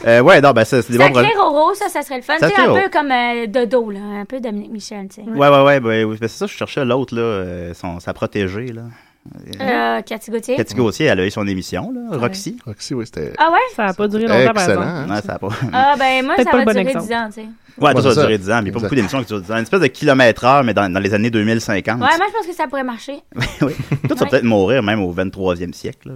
G: Euh, ouais, non, ben, ça, c'est des bons
J: Sacré
G: problèmes.
J: Roro, ça, ça serait le fun. Tu sais,
G: Sacré
J: un
G: Roro.
J: peu comme euh, Dodo, là. Un peu Dominique Michel, tu sais.
G: Ouais, ouais, ouais, ben, oui, ben, c'est ça, je cherchais l'autre, là, euh, son, sa protégée, là.
J: Euh, Cathy Gauthier.
G: Cathy Gauthier, elle a eu son émission, là,
J: Ouais.
G: Roxy.
I: Roxy, oui, c'était.
J: Ah ouais?
K: Ça n'a pas duré longtemps, par
G: Excellent.
K: exemple.
G: hein? Ouais, ça a pas.
J: Ah, ben, moi,
K: Peut-être
J: ça
K: pas
J: va
K: le bon
J: durer
K: exemple.
J: 10 ans, tu sais.
G: Ouais,
I: Ouais,
G: tout ça
I: c'est
G: a duré
I: ça.
G: 10 ans, mais pas
I: Exact.
G: beaucoup d'émissions qui durent 10 ans. Une espèce de kilomètre-heure, mais dans, dans les années 2050.
J: Ouais, moi, je pense que ça pourrait marcher.
G: Tout ça
J: Ouais.
G: peut-être mourir même au 23e siècle. Là.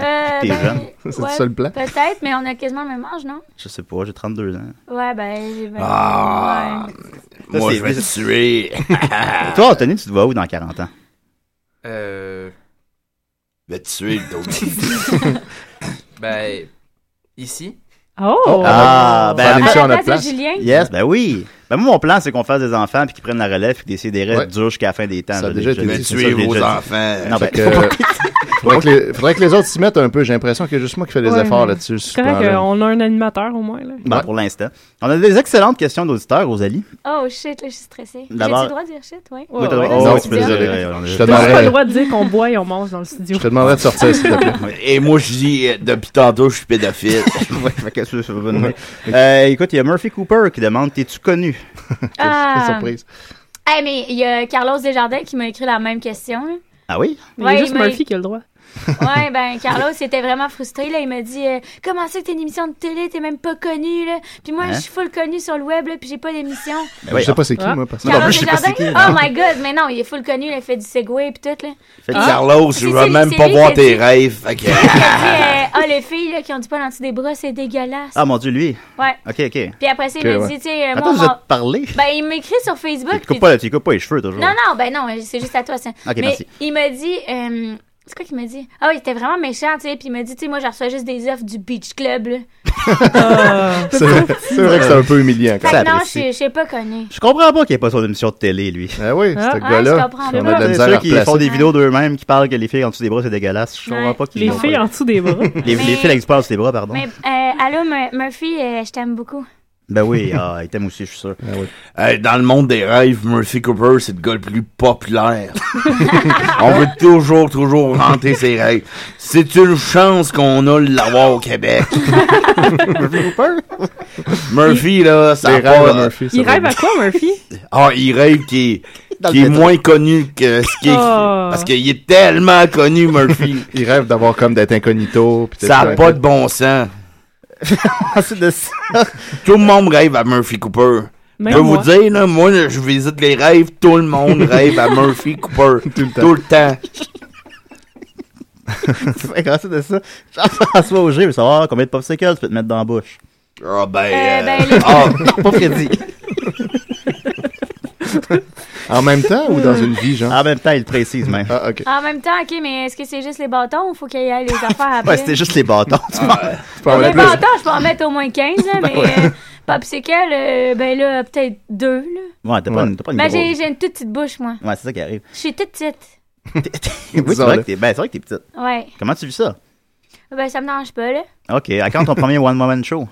J: Euh,
G: T'es
J: ben,
G: jeune.
J: ouais,
G: C'est le seul plan.
J: Peut-être, mais on a quasiment le même âge, non?
G: Je sais pas, j'ai 32 ans.
J: Ouais, ben, j'ai vingt-
F: Ah,
J: ouais.
F: moi, je vais te tuer.
G: Toi, Anthony, tu te vois où dans 40 ans?
N: Euh. Je vais te tuer, le dos. ben. Ici.
K: Oh!
G: Ah, ben,
I: Faire
G: en fait-
I: l'émission à notre À la place de place. Julien.
G: Yes, ben oui. Ben, moi, mon plan, c'est qu'on fasse des enfants puis qu'ils prennent la relève puis que des CDR
I: Ouais.
G: durent jusqu'à la fin des temps.
I: Ça a
G: Je
I: déjà
G: l'ai-
I: été
G: je l'ai-
I: dit.
G: ça, je l'ai
I: Tuez vos
G: déjà dit.
I: enfants.
G: Non, ben,
I: Fait que- Faudrait que, les, faudrait que les autres s'y mettent un peu. J'ai l'impression qu'il y a juste moi qui fais des
K: Ouais.
I: efforts là-dessus. sur ce
K: C'est correct,
I: plan-là.
K: euh, on a un animateur au moins. Là.
G: Bon, Ben, pour l'instant. On a des excellentes questions d'auditeurs, Rosalie.
J: Oh shit, là, je suis stressée. J'ai-tu
G: D'abord-
J: le droit de dire shit, ouais?
G: Oui, t'as-
K: ouais,
G: oh,
I: Non,
G: oui, tu peux
I: désolé.
G: le dire, ouais, on a-
I: Je te
K: T'as
I: demanderais-
K: pas le droit de dire qu'on boit et on mange dans le studio.
I: Je te demanderais de sortir, s'il te plaît.
F: Et moi, je dis, euh, depuis tantôt, je suis pédophile.
G: Ouais, fait que ça, ça va venir. Euh, écoute, il y a Murphy Cooper qui demande T'es-tu connu
J: Ah.
G: Quelle surprise.
J: Hey, mais il y a Carlos Desjardins qui m'a écrit la même question. là.
G: Ah oui
K: Mais il y a
J: Ouais,
K: juste
J: mais-
K: Murphy qui a le droit.
J: Ouais, ben, Carlos était vraiment frustré, là. Il m'a dit, euh, comment ça que t'es une émission de télé, t'es même pas connue, là? Puis moi,
G: Hein?
J: je suis full connue sur le web, là, puis j'ai pas d'émission.
G: Ben oui,
I: Je sais pas
G: ah.
I: c'est qui, moi, parce que-
J: Carlos
I: Non, je sais pas
J: Desjardins?
I: c'est qui,
J: oh
I: non.
J: my god, mais non, il est full connu, là, il fait du segway, puis tout, là.
F: Fait que
J: Ah.
F: Carlos,
J: C'est
F: je vais
J: lui-
F: même
J: c'est
F: pas
J: lui
F: voir
J: qui a
F: tes
J: dit-
F: rêves. Fait que-
J: Il a dit, euh, ah, les filles, là, qui ont du poil en dessous des bras, c'est dégueulasse.
G: Ah mon Dieu, lui.
J: Ouais.
G: Ok, ok.
J: Puis après ça, il
G: Ok,
J: m'a
G: ouais.
J: dit, tu sais, euh,
G: Attends,
J: moi,
G: vous
J: mon-
G: êtes parlé.
J: Ben, il m'écrit sur Facebook.
G: Tu
J: puis-
G: coupes pas, tu coupes pas les cheveux toujours.
J: Non, non, ben non, c'est juste à toi, ça.
G: Ok,
J: mais
G: merci.
J: il m'a dit. euh, c'est quoi qu'il m'a dit? Ah, il était vraiment méchant, tu sais. Puis il m'a dit, tu sais, moi, je reçois juste des offres du Beach Club, là.
I: C'est vrai, c'est vrai que c'est un peu humiliant.
J: Fait
I: quand
J: que
I: même.
J: non, je suis- je suis pas connue.
G: Je comprends pas qu'il n'y ait pas son émission de télé, lui.
I: Ah oui,
J: Ah,
I: ce
J: ah, je
I: gars-là.
J: comprends.
I: On a de la
G: C'est
I: misère à
G: ceux qui font
I: replacer.
G: des vidéos d'eux-mêmes qui parlent que les filles en dessous des bras, c'est dégueulasse. Je comprends
J: Ouais.
G: pas qu'ils
K: Les
G: font
K: filles
G: ça.
K: en dessous des bras.
G: Les, les filles avec du poil en dessous des bras, pardon.
J: Mais, euh, allô, Mur- Murphy, euh, je t'aime beaucoup.
G: Ben oui, ah, il t'aime aussi, je suis sûr.
F: Hey, dans le monde des rêves, Murphy Cooper, c'est le gars le plus populaire. On veut toujours, toujours rentrer ses rêves. C'est une chance qu'on a de l'avoir au Québec.
G: Murphy Cooper?
F: Murphy, là, ça
I: Les
F: a
I: rêves
F: pas-
I: de Murphy,
K: Il rêve à quoi, Murphy?
F: Ah, il rêve qui est,
G: Dans
F: qui
G: le
F: est
G: métro.
F: moins connu que ce qui est.
K: Oh.
F: Parce qu'il est tellement connu, Murphy.
I: Il rêve d'avoir comme d'être incognito. puis
F: ça
I: d'être-
F: n'a pas de bon sens.
G: Ah, c'est de ça.
F: Tout le monde rêve à Murphy Cooper.
K: Même
F: je peux
K: moi.
F: vous dire, là, moi, là, je visite les rêves, tout le monde rêve à Murphy Cooper.
I: Tout le temps.
F: Tout le temps.
G: Ouais, Grâce à ça, Jean-François Auger veut savoir combien de popsicles tu peux te mettre dans la bouche.
F: Ah, ben.
J: Euh,
F: euh,
J: ben, les-
F: ah,
G: Non, pas Freddy.
I: En même temps ou dans une vie, genre
G: Ah, En même temps, il le précise même.
I: Ah, ok.
J: En même temps, OK, mais est-ce que c'est juste les bâtons ou faut qu'il y ait les affaires après?
G: Ouais, c'était juste les bâtons. tu vois.
I: Tu peux en
J: les
I: mettre plus.
J: bâtons, je peux en mettre au moins 15,
G: Ben
J: là, mais euh, popsicle, euh, ben là, peut-être deux, là.
G: Ouais, t'as pas une t'as pas une
J: Ben,
G: grosse-
J: j'ai j'ai une toute petite bouche, moi.
G: Ouais, c'est ça qui arrive.
J: Je suis toute petite.
G: Oui, c'est
I: Disons-le.
G: vrai que t'es ben, c'est vrai que t'es petite.
J: Ouais.
G: Comment tu vis ça?
J: Ben, ça me dérange pas, là.
G: Ok, à quand ton premier One Woman Show?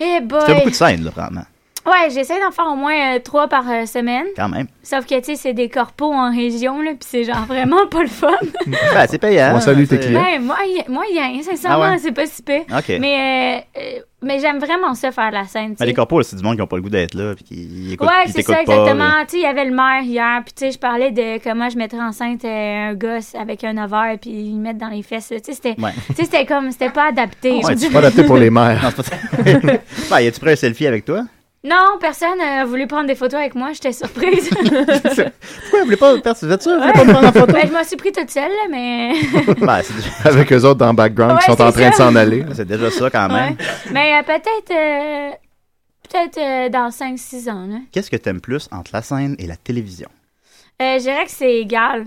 J: Eh boy!
G: Tu fais beaucoup de scènes, là, vraiment.
J: Ouais, j'essaie d'en faire au moins euh, trois par euh, semaine.
G: Quand même.
J: Sauf que, tu sais, c'est des corpos en région, là, pis c'est genre vraiment pas le fun.
G: Ben, c'est payant.
I: On salue tes
G: C'est-
I: clients.
J: Ouais, moi, y- moi, y a, sincèrement,
G: Ah ouais?
J: c'est pas si pire.
G: Ok.
J: Mais, euh, euh, mais j'aime vraiment ça, faire de la scène, tu
G: Mais
J: sais.
G: Ben, les corpos, là, c'est du monde qui n'a pas le goût d'être là, puis qui écoute,
J: Ouais,
G: qui
J: c'est
G: t'écoute
J: ça,
G: pas.
J: exactement. Tu sais, il y avait le maire hier, puis tu sais, je parlais de comment je mettrais enceinte euh, un gosse avec un ovaire, puis ils le mettent dans les fesses. là. Tu sais, c'était
G: Ouais.
J: tu sais, c'était comme, c'était pas adapté.
G: Ouais,
J: On
G: c'est
J: dirait.
I: Pas adapté pour les
G: là.
I: mères.
G: Non, c'est pas Ben, y a-tu pris un selfie avec toi?
J: Non, personne a voulu prendre des photos avec moi, j'étais surprise.
G: Pourquoi vous voulez pas faire cette voiture? Vous voulez pas me prendre en photo?
J: ben, je m'en suis pris toute seule, là, mais.
G: Ben, c'est déjà-
I: Avec eux autres dans le background qui
J: Ouais,
I: sont en
J: c'est
I: train de
J: ça.
I: s'en aller.
G: c'est déjà ça, quand même.
J: Ouais. Mais euh, peut-être euh, peut-être euh, dans 5-6 ans. Là.
G: Qu'est-ce que t'aimes plus entre la scène et la télévision?
J: Euh, je dirais que c'est égal.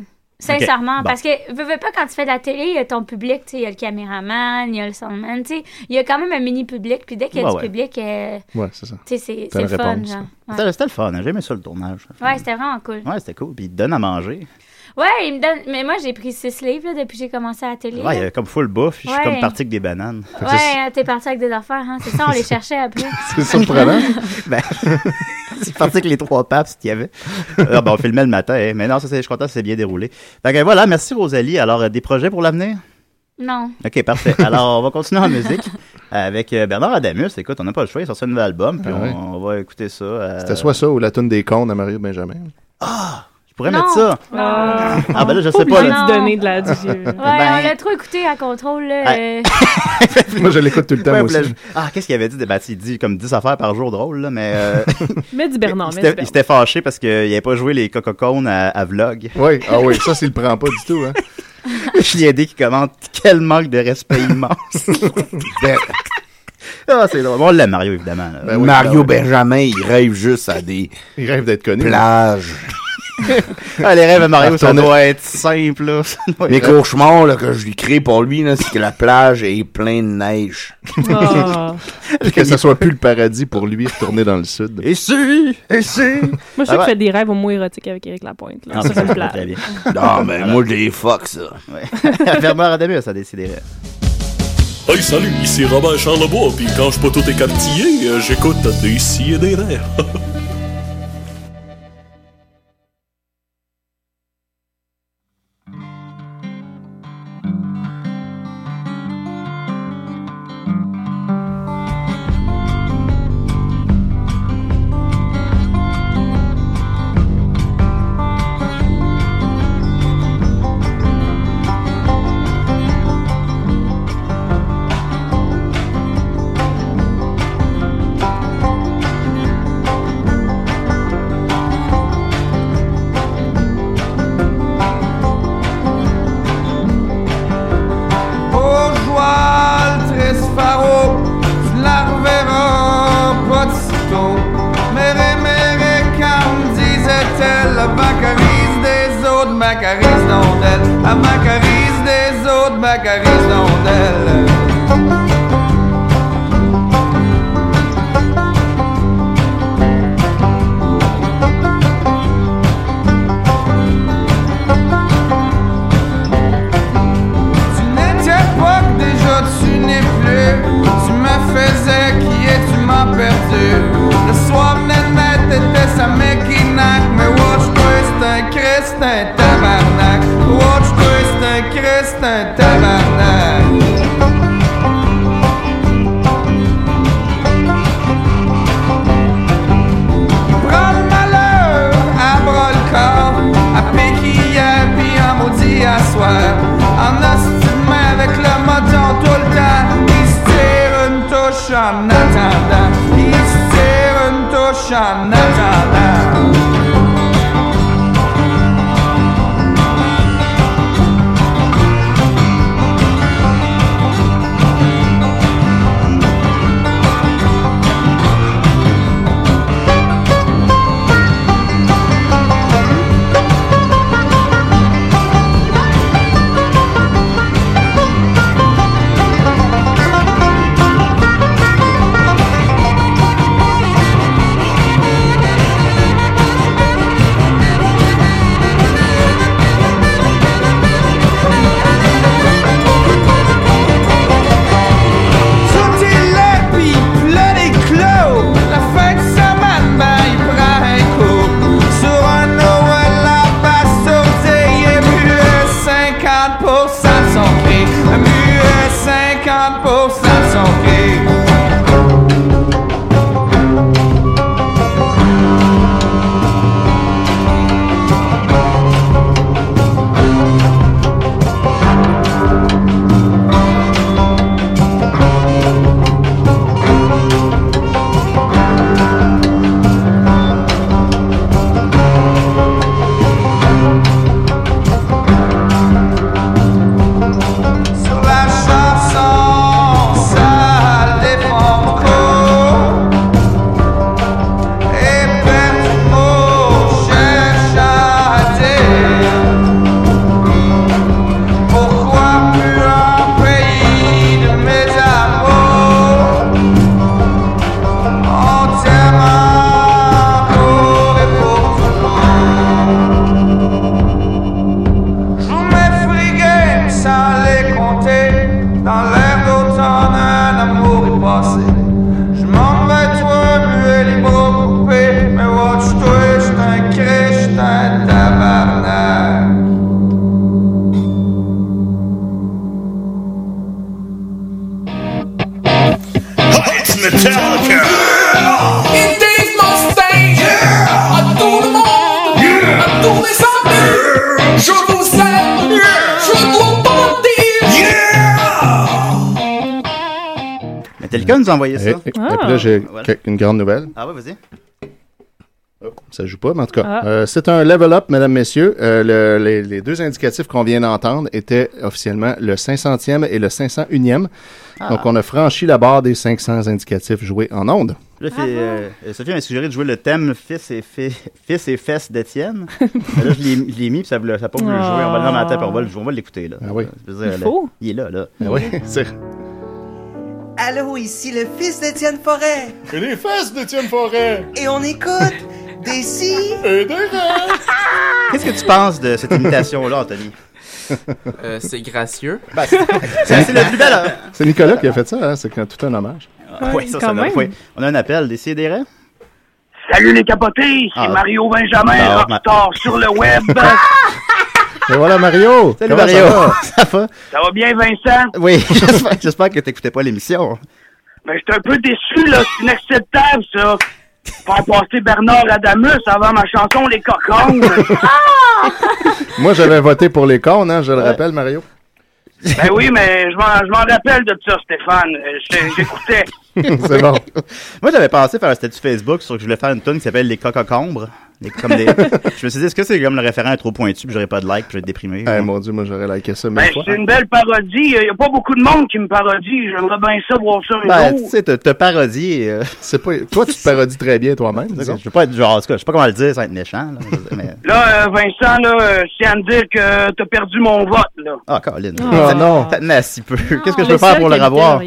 G: Bon.
J: Sincèrement, parce que veux, veux pas quand tu fais de la télé, il y a ton public, tu sais, il y a le caméraman, il y a le soundman, tu sais, il y a quand même un mini public, puis dès qu'il y a
G: Ouais,
J: du
G: ouais.
J: public, euh,
I: Ouais, c'est ça.
J: tu sais, c'est
I: T'as
J: c'est
I: une
J: fun,
I: réponse,
J: genre. Ouais,
G: C'était c'était le fun, hein. j'ai aimé ça le tournage.
J: Ouais, c'était vraiment cool.
G: Ouais, c'était cool. Puis ils te donnent à manger.
J: Ouais, il me donne, mais moi j'ai pris 6 livres là, depuis que j'ai commencé à la télé.
G: Ouais, il y
J: là.
G: avait comme full bouffe. Je suis
J: Ouais.
G: comme parti avec des bananes.
I: Fait que euh, ça, c'est-
J: Ouais, t'es parti avec des affaires, hein. C'est ça, on les cherchait après.
I: C'est surprenant.
G: Ben, c'est parti avec les trois papes, ce qu'il y avait. Ah, ben, on filmait le matin. hein. Mais non, ça, c'est- je suis content, c'est bien déroulé. Fait que voilà, merci Rosalie. Alors, euh, des projets pour l'avenir?
J: Non.
G: OK, parfait. Alors, on va continuer en musique avec euh, Bernard Adamus. Écoute, on n'a pas le choix, il sort un nouvel album, puis
I: Ah
G: on,
I: ouais.
G: on va écouter ça. euh,
I: C'était soit ça ou la toune des cons à Mario Benjamin.
G: Je pourrais
J: Non.
G: mettre ça.
J: Ah.
G: Ah, ben là, je
J: Faut
G: sais pas.
J: lui
G: là.
J: donner de
K: la-
J: Ouais,
I: Ben,
J: on l'a trop écouté à contrôle, là. euh,
I: Moi, je l'écoute tout le temps,
G: Ouais,
I: moi
G: puis là,
I: aussi.
G: je- Ah, qu'est-ce qu'il avait dit? Ben, il dit comme 10 affaires par jour drôles, là, mais. euh,
K: Mets du Bernard,
G: il
K: mets du
G: s'était- il
K: Bernard.
G: s'était fâché parce qu'il n'avait pas joué les cococones à, à vlog.
I: Oui, ah oui, ça, s'il le prend pas du tout, hein.
G: Chiédé qui commente quel manque de respect immense. Ben- Ah, c'est drôle. Bon, on l'aime, Mario, évidemment. là.
I: Ben oui,
F: Mario
I: ben oui.
F: Benjamin, il rêve juste à des.
I: Il rêve d'être connu.
F: Plages.
G: Ah, les rêves de Mario, ça
F: Retourner-
G: doit être simple, là. Ça doit
F: Mes
G: être-
F: cauchemars là, que je lui crée pour lui, là, c'est que la plage est pleine de neige.
K: Ah.
I: Puis que ça soit plus le paradis pour lui retourner dans le sud.
G: Et si! Et si!
K: Moi, je sais que tu fais des rêves au moins érotiques avec Eric Lapointe. Là,
G: Ah,
K: sur
G: ça,
K: une
G: ça,
K: plage.
G: très bien.
F: Non, mais moi, j'ai les fuck, ça.
G: Bernard Adamus a décidé. là.
O: Hey salut, ici Robert Charlebois, puis quand je suis pas tout écartillé, euh, j'écoute des si et des rêves.
P: Au joie, le tresparo, je la reverrai pas de sitôt. Mère, mère, comme disait-elle, la macarise des autres, macarise d'ondelle, la macarise des autres, macarise d'ondelle. Tu n'étais pas que déjà tu n'es plus Tu me faisais qui est tu m'as perdu Le soir maintenant t'étais sa méquinac Mais watch toi c'est un Christ un tabarnak Watch toi c'est un Christ un tabarnak Prends le malheur à bras le corps, à péquiller puis en maudit à soir. En main avec le moton tout le temps, il se tire une touche en attendant. Il se tire une touche en attendant.
Q: Je vous aime, je dois pas dire.
G: Metallica nous a envoyé ça.
I: Et, et- et
J: Ah.
I: puis là, j'ai
G: Voilà.
I: que- une grande nouvelle.
G: Ah ouais, vas-y.
I: Ça joue pas, mais en tout cas,
G: Ah.
I: euh, c'est un level up, mesdames, messieurs. Euh, le- les, les deux indicatifs qu'on vient d'entendre étaient officiellement le 500e et le 501e.
G: Ah.
I: Donc, on a franchi la barre des 500 indicatifs joués en ondes.
G: Là, fait, euh, euh, Sophie m'a suggéré de jouer le thème Fils et, fi- Fils et Fesses d'Étienne. Mais là, je l'ai je l'ai mis, puis ça n'a pas voulu le jouer. On va le rendre à la tête, puis on va le jouer, on va l'écouter. là.
I: Ah oui.
G: Je veux dire,
I: Il
G: là,
I: faut.
G: il est là, là.
I: Ah oui, c'est-
R: Allô, ici le fils d'Étienne Forêt. Et les fesses d'Étienne Forêt. Et on écoute des si et des
G: Qu'est-ce que tu penses de cette imitation-là, Anthony?
N: Euh, c'est gracieux.
G: c'est c'est le plus bel. hein?
I: C'est Nicolas qui a fait ça, hein, c'est quand- tout un hommage.
G: Ah, ouais, ça,
I: quand
G: ça l'a-
I: même.
G: ouais. On a un appel, décidérez.
Q: Salut les capotés, c'est
G: Ah.
Q: Mario Benjamin,
G: Ah, ma-
Q: Rockstar sur le web.
I: Et voilà Mario!
G: Salut
I: Comment ça
G: Mario!
I: va?
G: Ça va?
Q: Ça va bien, Vincent?
G: Oui, j'espère- j'espère que t'écoutais pas l'émission.
Q: Mais j'étais un peu déçu, là. C'est inacceptable, ça. Faire passer Bernard Adamus avant ma chanson Les Cocons.
I: Moi, j'avais voté pour les cons, hein, je le rappelle, Mario.
Q: ben oui, mais je m'en je m'en rappelle de ça, Stéphane. Euh, j'ai- J'écoutais.
I: C'est bon.
G: Moi, j'avais pensé faire un statut Facebook sur que je voulais faire une tune qui s'appelle Les Cococombres. Les- comme des- je me suis dit, est-ce que c'est comme le référent est trop pointu, puis j'aurais pas de like, puis je vais être déprimé.
I: Eh, mon Dieu, moi, j'aurais liké ça
Q: Ben,
I: mille fois.
Q: c'est une belle parodie. Il n'y a pas beaucoup de monde qui me parodie. J'aimerais bien ça voir ça un
G: Ben, tu
Q: jour.
G: sais, te, te parodier. euh,
I: C'est pas, toi, tu te parodies très bien toi-même.
G: Je veux pas être genre, en tout cas, je sais pas comment le dire sans être méchant. Là, mais...
Q: Là, euh, Vincent, là, euh, je tiens à me dire que t'as perdu mon vote, là.
G: Ah, Colin.
Q: Oh,
G: Ça-
Q: non.
G: Ça tenait à si peu.
K: Ah,
G: Qu'est-ce que je peux faire pour le revoir?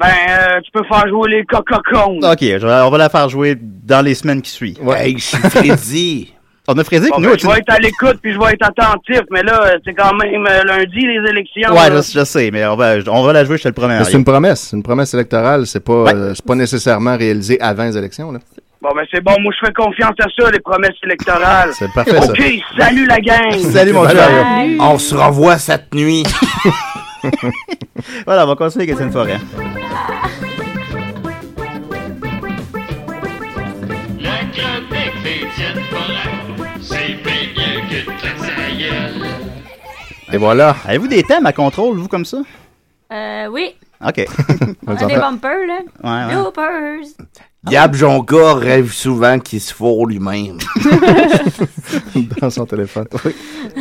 Q: Ben, euh, tu peux faire jouer les cococons.
G: Ok, je vais- on va la faire jouer dans les semaines qui suivent.
F: Ouais, je suis Freddy.
G: on a Freddy
Q: Bon,
G: que
Q: ben,
G: nous,
Q: je vais être à l'écoute puis je vais être attentif, mais là, euh, c'est quand même euh, lundi les élections.
G: Ouais,
Q: là.
G: je, je sais, mais on va, on va la jouer, je te le promets.
I: Mais c'est
G: Mario.
I: une promesse, une promesse électorale, c'est pas, euh, c'est pas nécessairement réalisé avant les élections. Là.
Q: Bon, ben c'est bon, moi je fais confiance à ça, les promesses électorales.
I: C'est parfait, ça.
Q: OK, salut la gang!
F: On se revoit cette nuit.
G: voilà, on va continuer avec Étienne Forêt.
Q: Le
M: Ah,
Q: Québec, c'est Étienne Forêt, c'est bien que
G: Et voilà. Avez-vous des thèmes à contrôle, vous, comme ça?
J: Euh, oui.
G: OK.
J: On a des bumpers, là.
G: Ouais, ouais.
J: Bloopers.
F: Gab Jonca rêve souvent qu'il se fourre lui-même.
I: dans son téléphone.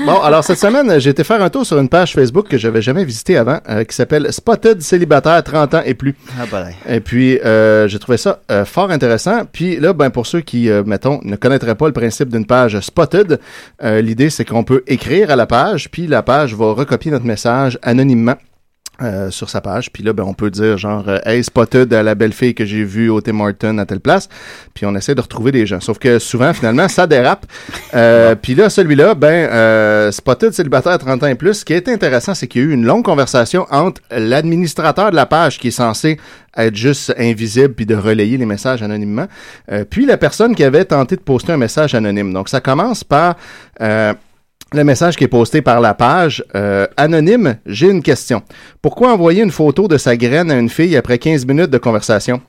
I: Bon, alors cette semaine, j'ai été faire un tour sur une page Facebook que j'avais jamais visitée avant, euh, qui s'appelle Spotted célibataire 30 ans et plus.
G: Ah, ben.
I: Et puis, euh, j'ai trouvé ça euh, fort intéressant. Puis là, ben, pour ceux qui, euh, mettons, ne connaîtraient pas le principe d'une page Spotted, euh, l'idée, c'est qu'on peut écrire à la page, puis la page va recopier notre message anonymement. euh, sur sa page, puis là, ben, on peut dire genre euh, Hey, Spotted à la belle fille que j'ai vue au Tim Horton à telle place », puis on essaie de retrouver des gens. Sauf que souvent, finalement, ça dérape. Euh, puis là, celui-là, ben, euh, Spotted célibataire 30 ans et plus, ce qui est intéressant, c'est qu'il y a eu une longue conversation entre l'administrateur de la page qui est censé être juste invisible puis de relayer les messages anonymement, euh, puis la personne qui avait tenté de poster un message anonyme. Donc, ça commence par... euh, le message qui est posté par la page euh, anonyme, j'ai une question. Pourquoi envoyer une photo de sa graine à une fille après 15 minutes de conversation?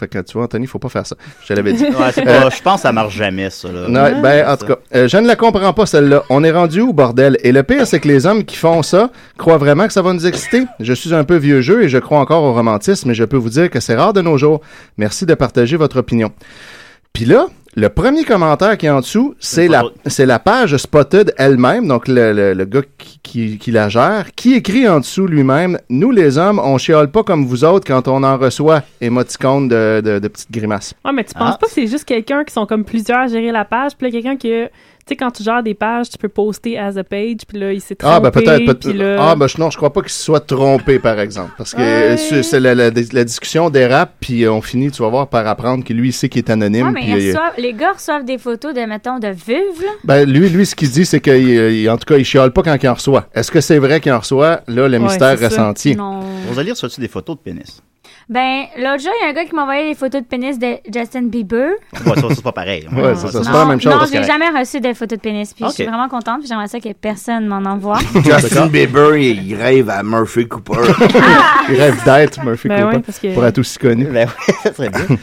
I: Fait que tu vois, Anthony, faut pas faire ça. Je te l'avais dit.
G: Ouais, c'est
I: Euh,
G: pas- je pense que ça marche jamais, ça. Là.
I: non, ben, en tout cas, euh, je ne la comprends pas, celle-là. On est rendu où, bordel? Et le pire, c'est que les hommes qui font ça croient vraiment que ça va nous exciter. Je suis un peu vieux jeu et je crois encore au romantisme, mais je peux vous dire que c'est rare de nos jours. Merci de partager votre opinion. Puis là, le premier commentaire qui est en dessous, c'est la, c'est la page Spotted elle-même, donc le, le- le gars qui, qui- qui la gère, qui écrit en dessous lui-même Nous, les hommes, on chiale pas comme vous autres quand on en reçoit émoticône de, de- de petites grimaces.
K: Ouais, Ah, mais tu penses
G: Ah.
K: pas que c'est juste quelqu'un qui sont comme plusieurs à gérer la page, puis là, quelqu'un qui. a- Tu sais, quand tu gères des pages, tu peux poster as a page, puis là, il s'est trompé.
I: Ah, ben peut-être. peut-
K: puis là-
I: Ah, ben je- non, je crois pas qu'il se soit trompé, par exemple. Parce que euh, c'est- c'est la, la- la discussion dérape, puis euh, on finit, tu vas voir, par apprendre que lui, il sait qu'il est anonyme.
J: Ouais, mais
I: puis,
J: ils
I: euh,
J: reçoivent- les gars reçoivent des photos de, mettons, de vulves, là.
I: ben, lui, lui, ce qu'il dit, c'est qu'en tout cas, il chiale pas quand il en reçoit. Est-ce que c'est vrai qu'il en reçoit? Là, le
J: Ouais,
I: mystère
J: c'est ça.
I: ressenti.
J: Non.
G: Rosalie, reçois-tu des photos de pénis?
J: Ben, l'autre jour, il y a un gars qui m'a envoyé des photos de pénis de Justin Bieber.
G: Ouais, ça, c'est pas pareil.
I: Ouais, c'est ça, c'est pas la même chose.
J: Non,
I: parce
J: j'ai
I: que-
J: jamais reçu de photos de pénis, puis
F: Ok.
J: je suis vraiment contente, puis j'aimerais ça que personne m'en envoie.
F: Justin Bieber, il rêve à Murphy Cooper.
I: il rêve d'être Murphy
J: Ben
I: Cooper
J: oui, parce que-
I: pour être aussi connu.
G: Ben oui, ça serait bien.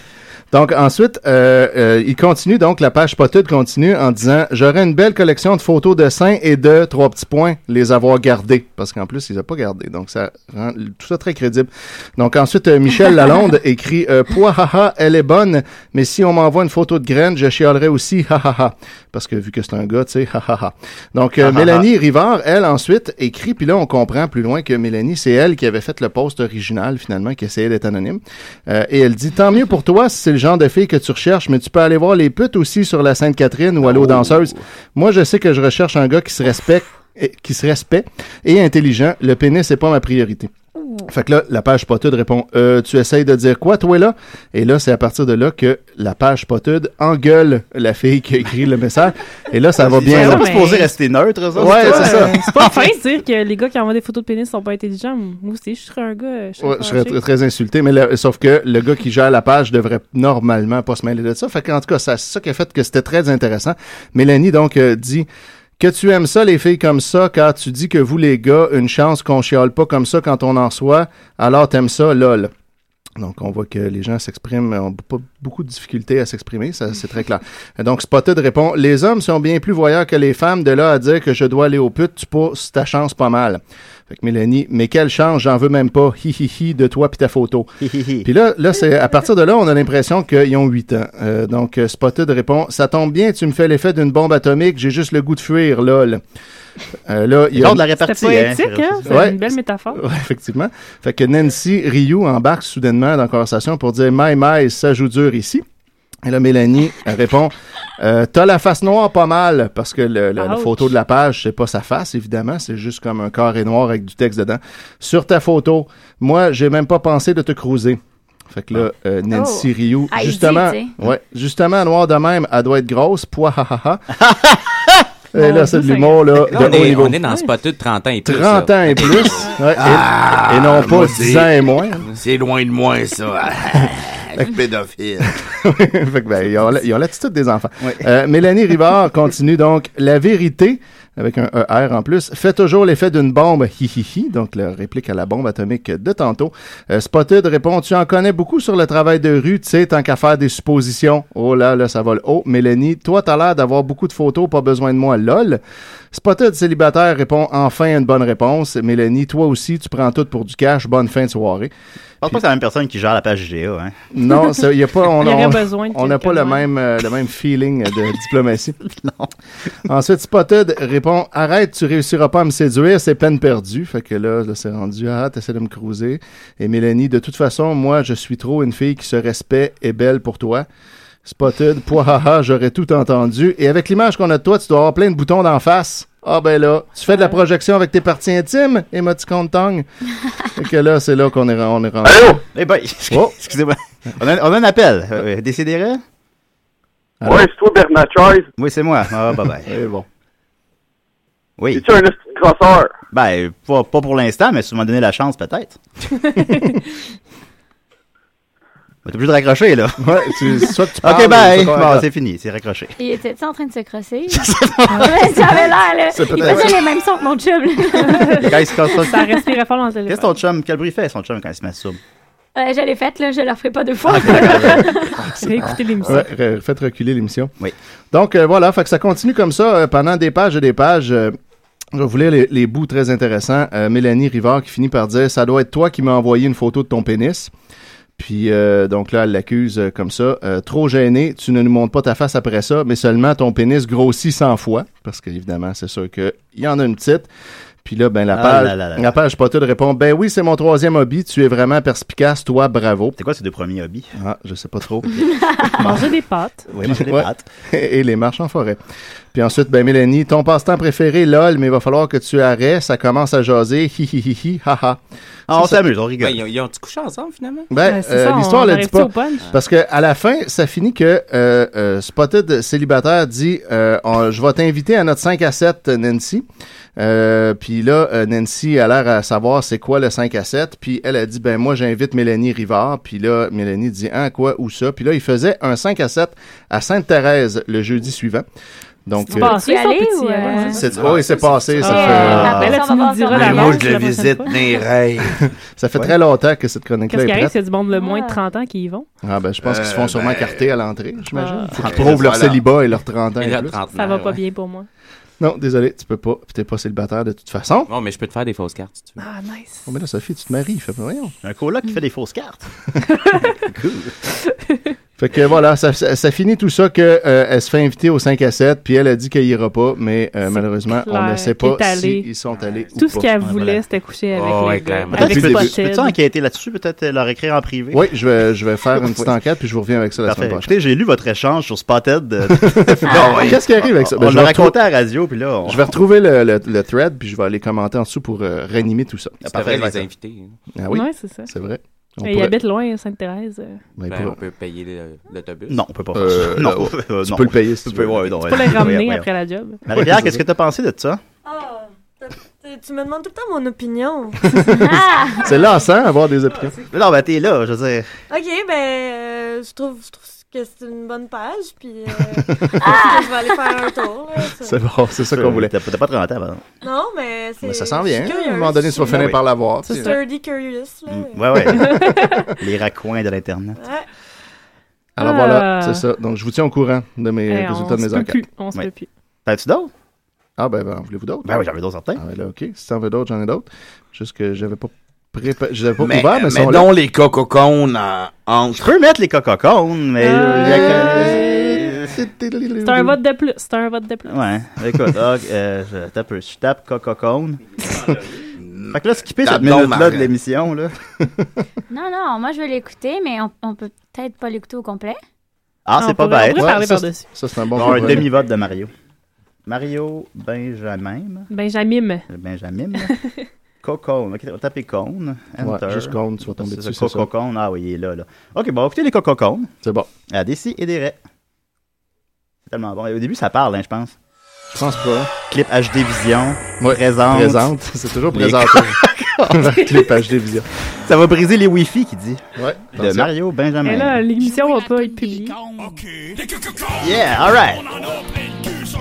I: Donc ensuite, euh, euh, il continue, donc la page potude continue en disant J'aurais une belle collection de photos de seins et de trois petits points, les avoir gardés. Parce qu'en plus, il les a pas gardés. Donc ça rend tout ça très crédible. Donc ensuite, euh, Michel Lalonde écrit euh, Pouahaha, elle est bonne, mais si on m'envoie une photo de graine, je chialerai aussi ha ha ha. Parce que vu que c'est un gars, tu sais, ha ha ha. Donc euh,
G: Ha, ha, ha.
I: Mélanie Rivard, elle ensuite écrit, puis là on comprend plus loin que Mélanie, c'est elle qui avait fait le post original finalement, qui essayait d'être anonyme. Euh, et elle dit Tant mieux pour toi si c'est le genre de fille que tu recherches, mais tu peux aller voir les putes aussi sur la Sainte-Catherine ou à
G: Oh.
I: l'eau danseuse. Moi, je sais que je recherche un gars qui se respecte. et- qui se respecte et intelligent, le pénis c'est pas ma priorité. Fait que là, la page potude répond Euh, Tu essayes de dire quoi, toi, là Et là, c'est à partir de là que la page potude engueule la fille qui a écrit le message. Et là, ça va bien.
G: Ils
I: là.
G: sont pas supposés rester neutres, ça.
I: Ouais, c'est ça.
K: C'est pas fin de dire que les gars qui envoient des photos de pénis sont pas intelligents. Moi aussi, je serais un gars. Je serais
I: Ouais, je serais
K: fâché.
I: tr- très insulté, mais le- sauf que le gars qui gère la page devrait normalement pas se mêler de ça. Fait qu'en tout cas, ça- c'est ça qui a fait que c'était très intéressant. Mélanie, donc, euh, dit que tu aimes ça, les filles comme ça, car tu dis que vous, les gars, une chance qu'on chiale pas comme ça quand on en soit, alors t'aimes ça, lol. Donc, on voit que les gens s'expriment, euh, ont pas beaucoup de difficultés à s'exprimer, ça c'est très clair. Donc, Spotted répond Les hommes sont bien plus voyeurs que les femmes, de là à dire que je dois aller aux putes, tu pousses ta chance pas mal. Fait que Mélanie, mais quelle chance, j'en veux même pas, hi hi hi, de toi puis ta photo. puis là, là c'est à partir de là, on a l'impression qu'ils ont 8 ans. Euh, donc, euh, Spotted répond Ça tombe bien, tu me fais l'effet d'une bombe atomique, j'ai juste le goût de fuir, lol. Euh, là, il y a-
G: genre de la répartie,
K: C'était poétique, hein? C'est
I: Ouais.
K: une belle métaphore.
I: Ouais, effectivement. Fait que Nancy Rioux embarque soudainement dans la conversation pour dire My, my, ça joue dur ici. Et là, Mélanie répond Euh, T'as la face noire pas mal, parce que le- le- la
G: Ouch.
I: photo de la page, c'est pas sa face, évidemment, c'est juste comme un carré noir avec du texte dedans. Sur ta photo, moi, j'ai même pas pensé de te cruiser. Fait que là, euh, Nancy
G: Oh.
I: Rioux,
G: Ah, il dit,
I: justement,
G: tu sais.
I: ouais, justement, noire de même, elle doit être grosse, poids, ha, ha, ha. Et là, c'est de l'humour, là,
S: Là, on,
I: de haut
S: est,
I: niveau.
S: on est dans ce potu de 30 ans et plus.
I: 30 ans et plus. Ouais, et- et, non pas 10 ans et moins.
F: C'est loin de moi, ça. Pédophile.
I: fait que, ben, ils ont la- ils ont l'attitude des enfants. Euh, Mélanie Rivard continue donc La vérité, avec un ER en plus, fait toujours l'effet d'une bombe, hi hi hi, donc la réplique à la bombe atomique de tantôt. Euh, Spotted répond Tu en connais beaucoup sur le travail de rue, tu sais, tant qu'à faire des suppositions. Oh là, là, ça vole haut. Mélanie, toi, t'as l'air d'avoir beaucoup de photos, pas besoin de moi, lol. Spotted célibataire répond enfin une bonne réponse. Mélanie, toi aussi, tu prends tout pour du cash, bonne fin de soirée.
G: Je pense pas que c'est la même personne qui gère la page GA, hein.
I: Non, ça, y a pas, on
G: Il y aurait
I: on-
G: besoin de
I: on n'a pas le
G: quelqu'un, ouais.
I: même, euh, le même feeling de diplomatie. non. Ensuite, Spotted répond Arrête, tu réussiras pas à me séduire, c'est peine perdue. Fait que là, là, c'est rendu Ah, t'essaies de me cruiser. Et Mélanie, de toute façon, moi, je suis trop une fille qui se respecte et belle pour toi. Spotted, poihaha, j'aurais tout entendu. Et avec l'image qu'on a de toi, tu dois avoir plein de boutons d'en face. Ah ben là, tu fais de la projection avec tes parties intimes, émoticône tong. Fait que là, c'est là qu'on est, ren- on est rendu.
G: Allô? Eh ben, excusez-moi. On a, on a un appel. Euh, euh, Décidérez?
I: Ouais,
Q: c'est toi, Bernard Choice.
G: Oui, c'est moi. Ah, bye bye. bon. Oui.
Q: Es-tu un esti de crosseur?
G: Ben, pas, pas pour l'instant, mais si vous m'en donnez la chance, peut-être. Ben, T'es obligé de raccrocher, là.
I: Ouais, tu, soit tu parles,
G: Ok, bye.
I: soit qu'on
G: Bon,
I: raccroche.
G: c'est fini, c'est raccroché.
J: Il était en train de se crosser? Ouais, ça avait l'air, là.
G: C'est
J: Il
G: peut-être-
J: faisait les mêmes sons que mon chum, là.
G: Quand il se casse
K: Ça respirait fort dans le téléphone.
G: Qu'est-ce que ton chum, quel bruit fait son chum quand il se masturbe?
J: Ouais, Euh, je l'ai faite, là. Je ne la ferai pas deux fois.
I: Ah,
K: Réécoutez l'émission.
I: Ouais, re- faites reculer l'émission. Donc euh, voilà, fait que ça continue comme ça euh, pendant des pages et des pages. euh, je vais vous lire les, les bouts très intéressants. Euh, Mélanie Rivard qui finit par dire Ça doit être toi qui m'as envoyé une photo de ton pénis. Puis euh, donc là, elle l'accuse euh, comme ça. Euh, trop gêné, tu ne nous montres pas ta face après ça, mais seulement ton pénis grossit 100 fois. Parce qu'évidemment, c'est sûr qu'il y en a une petite. Puis là, ben la
G: Ah
I: page,
G: là là là là.
I: la page Spotted répond Ben oui, c'est mon troisième hobby, tu es vraiment perspicace, toi, bravo.
G: C'est quoi ces deux premiers hobbies
I: Ah, je sais pas trop.
K: Manger des pâtes.
I: Oui, Et les marches en forêt. Puis ensuite, ben Mélanie, ton passe-temps préféré, lol, mais il va falloir que tu arrêtes, ça commence à jaser, hi hi hi hi, ha ha.
G: Ah, on
I: C'est ça.
G: s'amuse, on rigole.
S: Ben, ils ont- ils ont-tu couché ensemble, finalement?
I: Ben, euh, l'histoire le dit pas. Parce que à la fin, ça finit que euh, euh, Spotted célibataire dit euh, on- Je vais t'inviter à notre 5 à 7, Nancy. Euh, puis là, euh, Nancy a l'air à savoir c'est quoi le 5 à 7. Puis elle a dit Ben, moi, j'invite Mélanie Rivard. Puis là, Mélanie dit Hein, quoi, où ça Puis là, il faisait un 5 à 7 à Sainte-Thérèse le jeudi suivant. Donc,
M: C'est-tu passé, ça,
J: aller
M: peux-tu y
J: ou,
M: aller?
J: euh,
I: hein, c'est- oui, c'est passé. Ça
M: Ah.
I: fait,
M: Ah, ben là, tu nous diras la
I: moi,
M: date
I: je
M: la prochaine
I: visite
M: fois.
I: mes rêves. ça fait très longtemps que cette chronique-là
K: Qu'est-ce
I: est
K: qui arrive?
I: prête.
K: C'est du monde le moins de 30 ans qui y vont.
I: Ah, ben, je pense qu'ils se font
K: Euh,
I: sûrement
K: ben,
I: écarter à l'entrée,
K: ah.
I: j'imagine. Faut qu'ils prouvent leur
K: Voilà.
I: célibat et leur 30 ans.
S: Et
I: et
S: leur
I: plus.
K: Ça va pas bien pour moi.
I: Non, désolé, tu peux pas. Puis t'es pas célibataire de toute façon.
S: Bon, mais je peux te faire des fausses cartes si tu veux.
K: Ah, nice.
I: Oh, mais là, Sophie, tu te maries. Fais pas voyons.
G: Un coloc qui fait des fausses cartes.
I: Fait que voilà, ça, ça- ça finit tout ça que euh, elle se fait inviter au 5 à 7, puis elle a dit qu'elle ira pas, mais euh, malheureusement, on ne
K: clair
I: sait pas
K: qu'elle est allée.
I: s'ils sont allés ou
K: Tout ce
I: pas.
K: qu'elle voulait, c'était coucher avec les gars.
G: Peut-être
K: Avec
G: que
K: Spotted.
G: tu peux- Peux-tu enquêter là-dessus, peut-être euh, leur écrire en privé?
I: Oui, je vais, je vais faire une petite
G: Oui.
I: enquête, puis je vous reviens avec ça la
G: Parfait.
I: semaine prochaine.
G: Écoutez, j'ai lu votre échange sur Spotted. euh,
I: Ah ouais. Qu'est-ce qui arrive avec ça?
G: On,
I: Ben, je
G: l'a
I: vais
G: raconté
I: retrouver-
G: à la radio, puis là, on...
I: Je vais retrouver le, le- le thread, puis je vais aller commenter en dessous pour euh, réanimer tout ça.
S: C'est vrai, les invités.
I: Ah oui,
K: Ouais, c'est ça.
I: c'est vrai. On
K: Mais Il
I: pourrait-
K: habite loin, Sainte-Thérèse. euh.
I: Ben, il
S: Ben,
I: pourrait-
S: on peut payer le- l'autobus.
G: Non, on peut pas faire
I: Euh,
G: ça.
I: là,
G: Non,
I: tu
G: euh, non.
I: peux le payer si
G: tu
I: tu
G: peux.
I: veux.
G: Ouais, non,
I: Tu
K: peux
G: ouais,
K: les
G: ouais,
K: ramener
G: ouais, ouais.
K: après la job.
G: Marie-Pierre,
I: Ouais,
G: qu'est-ce que t'as pensé de ça?
M: Ah, t'as- t'as- tu me demandes tout le temps mon opinion.
I: C'est lassant avoir des opinions.
G: Non, ben t'es là, je veux dire.
M: Ok, ben, euh, je trouve je trouve que c'est une bonne page, puis euh, je pense que je vais aller faire un tour. là, ça-
I: C'est bon, c'est ça qu'on voulait.
G: T'as t'as pas 30 ans, pardon.
M: Non, mais c'est.
I: Mais ça s'en vient. hein,
M: je suis
I: À un
M: curieuse.
I: moment donné, tu vas
M: Je
I: finir
M: suis-
I: par l'avoir.
M: C'est
I: puis-
M: sturdy curious, là.
G: Mm, Ouais, ouais. Les raccoins de l'Internet.
M: Ouais.
I: Alors
M: Ah.
I: voilà, c'est ça. Donc je vous tiens au courant de mes
M: Eh, on
I: résultats de
M: se
I: mes
M: peut
I: enquêtes.
M: plus, on se peut plus.
G: T'as-tu d'autres?
I: Ah ben, ben, en voulez-vous d'autres?
G: Ben oui, j'en veux d'autres certains.
I: Ah ben là, ok. Si t'en veux d'autres, j'en ai d'autres. Juste que j'avais pas préparé. Je les avais pas
F: Mais,
I: ouvert, mais,
F: mais
I: sont
F: non,
I: là.
F: les cococones euh, en, entre. Je
G: peux mettre les cococones, mais.
K: Euh, C'est un vote de plus. C'est un vote de plus.
G: Ouais, écoute, ah, euh, je tape, je tape cococone. fait que là, skipper cette
F: Tape non,
G: minute-là de
F: Marie.
G: l'émission, là.
J: Non, non, moi je vais l'écouter, mais on, on peut peut-être pas l'écouter au complet.
G: Ah,
J: Ah,
G: c'est
J: on
G: pas
J: pourrait- on
G: bête.
J: pourrait parler
G: ça,
J: par-dessus.
G: c'est-
I: ça, c'est un bon
G: Bon, un
I: compromis.
G: demi-vote de Mario. Mario Benjamin. euh,
K: Benjamin.
G: Benjamin. Cocone. Ok, on va taper cone.
I: Ouais,
G: Enter.
I: juste cone, tu vas tomber
G: C'est ça,
I: dessus, c'est ça.
G: Cococone. Ah oui, il est là, là. Ok, bon, écoutez les cococones.
I: C'est bon.
G: À des si et des raies. C'est tellement bon. Et Au début, ça parle, hein, je pense.
I: Je pense pas.
G: Clip HD Vision. présente.
I: Présente. C'est toujours
G: Les
I: présente. hein.
G: cococones.
I: Clip HD Vision.
G: Ça va briser les Wi-Fi, qui dit.
I: Ouais.
G: De Mario Benjamin.
K: Et là, l'émission va pas être publiée.
G: Yeah, all right.
O: Ça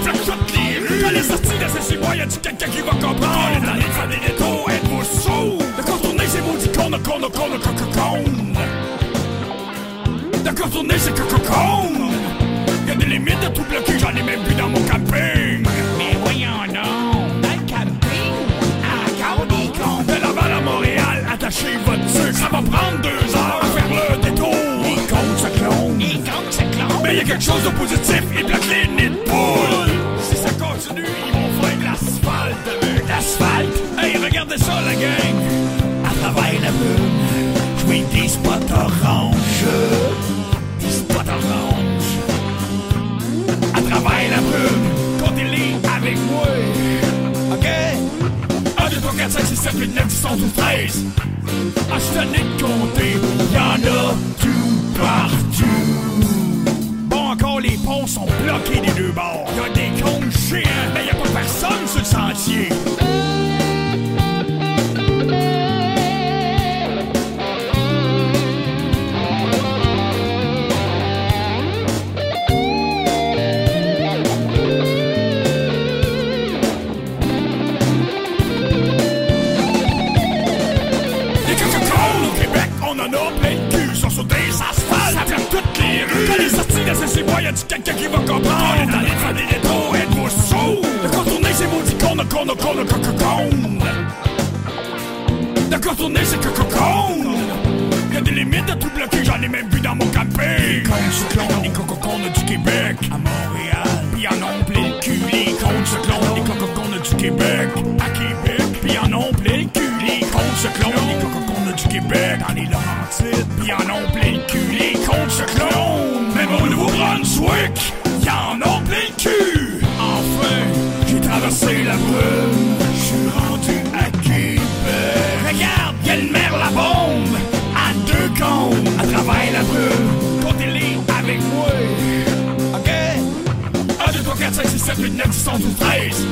O: fait toutes les rues. Allez, sortir de ces cibois, y a du quelqu'un qui va comprendre. On est allé faire des détours, êtes-vous sourds? De contourner ces maudits cons, cons, cons, cons, cons, cons. De contourner ces cons. Y a des limites à tout bloquer, j'en ai même plus dans mon camping. Mais voyons non, dans le camping, encore des cons. De Laval à Montréal, attachez votre sucre. Ça va prendre deux heures à faire le détour. Les cons se clonent. Les cons se clonent. Mais y a quelque chose de positif, ils bloquent les nids de poules. Si ça continue, ils vont faire de l'asphalte. De l'asphalte. Hey, regardez ça, la gang. À travers la lune, je mets des spots oranges. Des spots oranges à travers la brume. Comptez-les avec moi. OK? 1, 2, 3, 4, 5, 6, 7, 8, 9, 10, 11, 12, 13. Ah, je suis tanné de compter. Y'en a tout partout. Bon, encore, les ponts sont bloqués des deux bords. Y'a des cons géants, mais y'a pas personne sur le sentier. Des Coca-Cola au Québec, on en a plein le cul, sont sur des asphaltes. Ça ferme toutes les rues. Quand les sorties de ces cibois, y'a du quelqu'un qui va comprendre. On est allé faire des détours, êtes-vous sourds? De contourner ces maudits cons, de cons, de cons, de coca-cones. De contourner ces coca-cones. Y'a des limites à tout bloquer, j'en ai même vu dans mon camping. Les cons se clonent, les coca-cones du Québec. À Montréal, pis en ont plein le cul. Les cons se clonent, les coca-cones du Québec. À Québec, pis en ont plein le cul. Les cons se clonent, les coca-cones du Québec. Dans les Laurentides, pis en ont plein le cul. Les cons se clonent, même au Nouveau-Brunswick. Y'en ont plein le cul. Enfin, j'ai traversé la brume. J'suis rendu à Québec. Regarde, y'a le mer la bombe. À deux cons, à travers la brume. Comptez-les avec moi. OK? 1, 2, 3, 4, 5, 6, 7, 8, 9, 10, 11, 12, 13.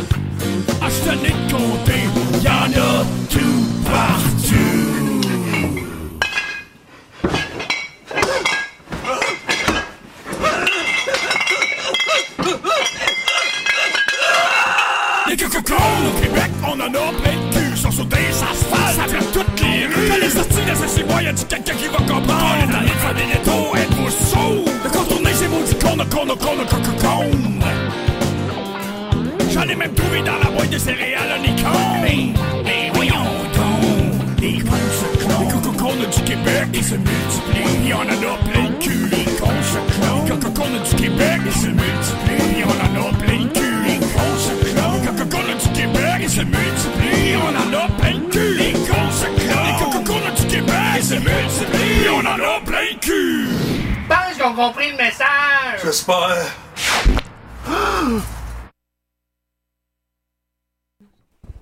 O: Ah, j'suis tanné de compter. Y'en a tout partout. Les cocons au Québec, on en a plein le cul. Sur sauter, ça se passe, ça fait toutes les rues. Quand les hosties des six mois, y'a du quelqu'un qui va comprendre. On est dans les familles des taux, êtes-vous sourds? De contourner ces maudits cons, de cons, de cons, de cocons. J'en ai même trouvé dans la boîte de céréales, un icône. Mais, mais voyons donc, les cons se clonent. Les cocons du Québec, ils se multiplient. Puis on en a plein le cul, les cons se clonent. Les cocons du Québec, ils se multiplient. Puis on en a plein le cul, les cons se clonent. Les cocons du Québec, ils se multiplient. On en a plein le cul, les cons se clonent. Les cocons du Québec, ils se multiplient. On en a plein le cul.
Q: pense qu'ils ont compris le message.
O: J'espère.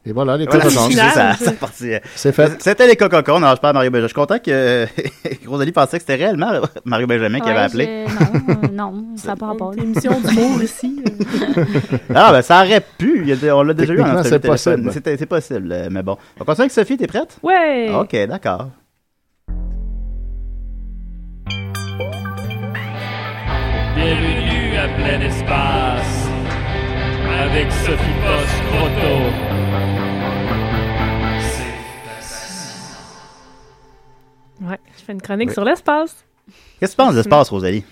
I: Et voilà, les
G: Voilà,
I: cococons.
G: c'est ça, ça partit.
I: C'est fait.
G: C'était les cococons. Non, je parle à Mario Benjamin. Je suis content que Rosalie pensait que c'était réellement Mario Benjamin qui
J: Ouais,
G: avait appelé.
J: je- Non, euh, non, ça n'a pas rapport.
K: L'émission d'humour ici.
G: Ah, ben ça aurait pu. Il y a des- On l'a déjà eu en
I: Techniquement,
G: entrevue
I: c'est
G: téléphone.
I: possible.
G: C'était- C'est possible, euh, mais bon. On continue avec Sophie, t'es prête?
K: Ouais.
G: Ok, d'accord.
T: Bienvenue à plein espace avec Sophie Post-Proto.
K: Ouais, je fais une chronique
G: Oui.
K: sur l'espace.
G: Qu'est-ce que tu penses de l'espace, Rosalie?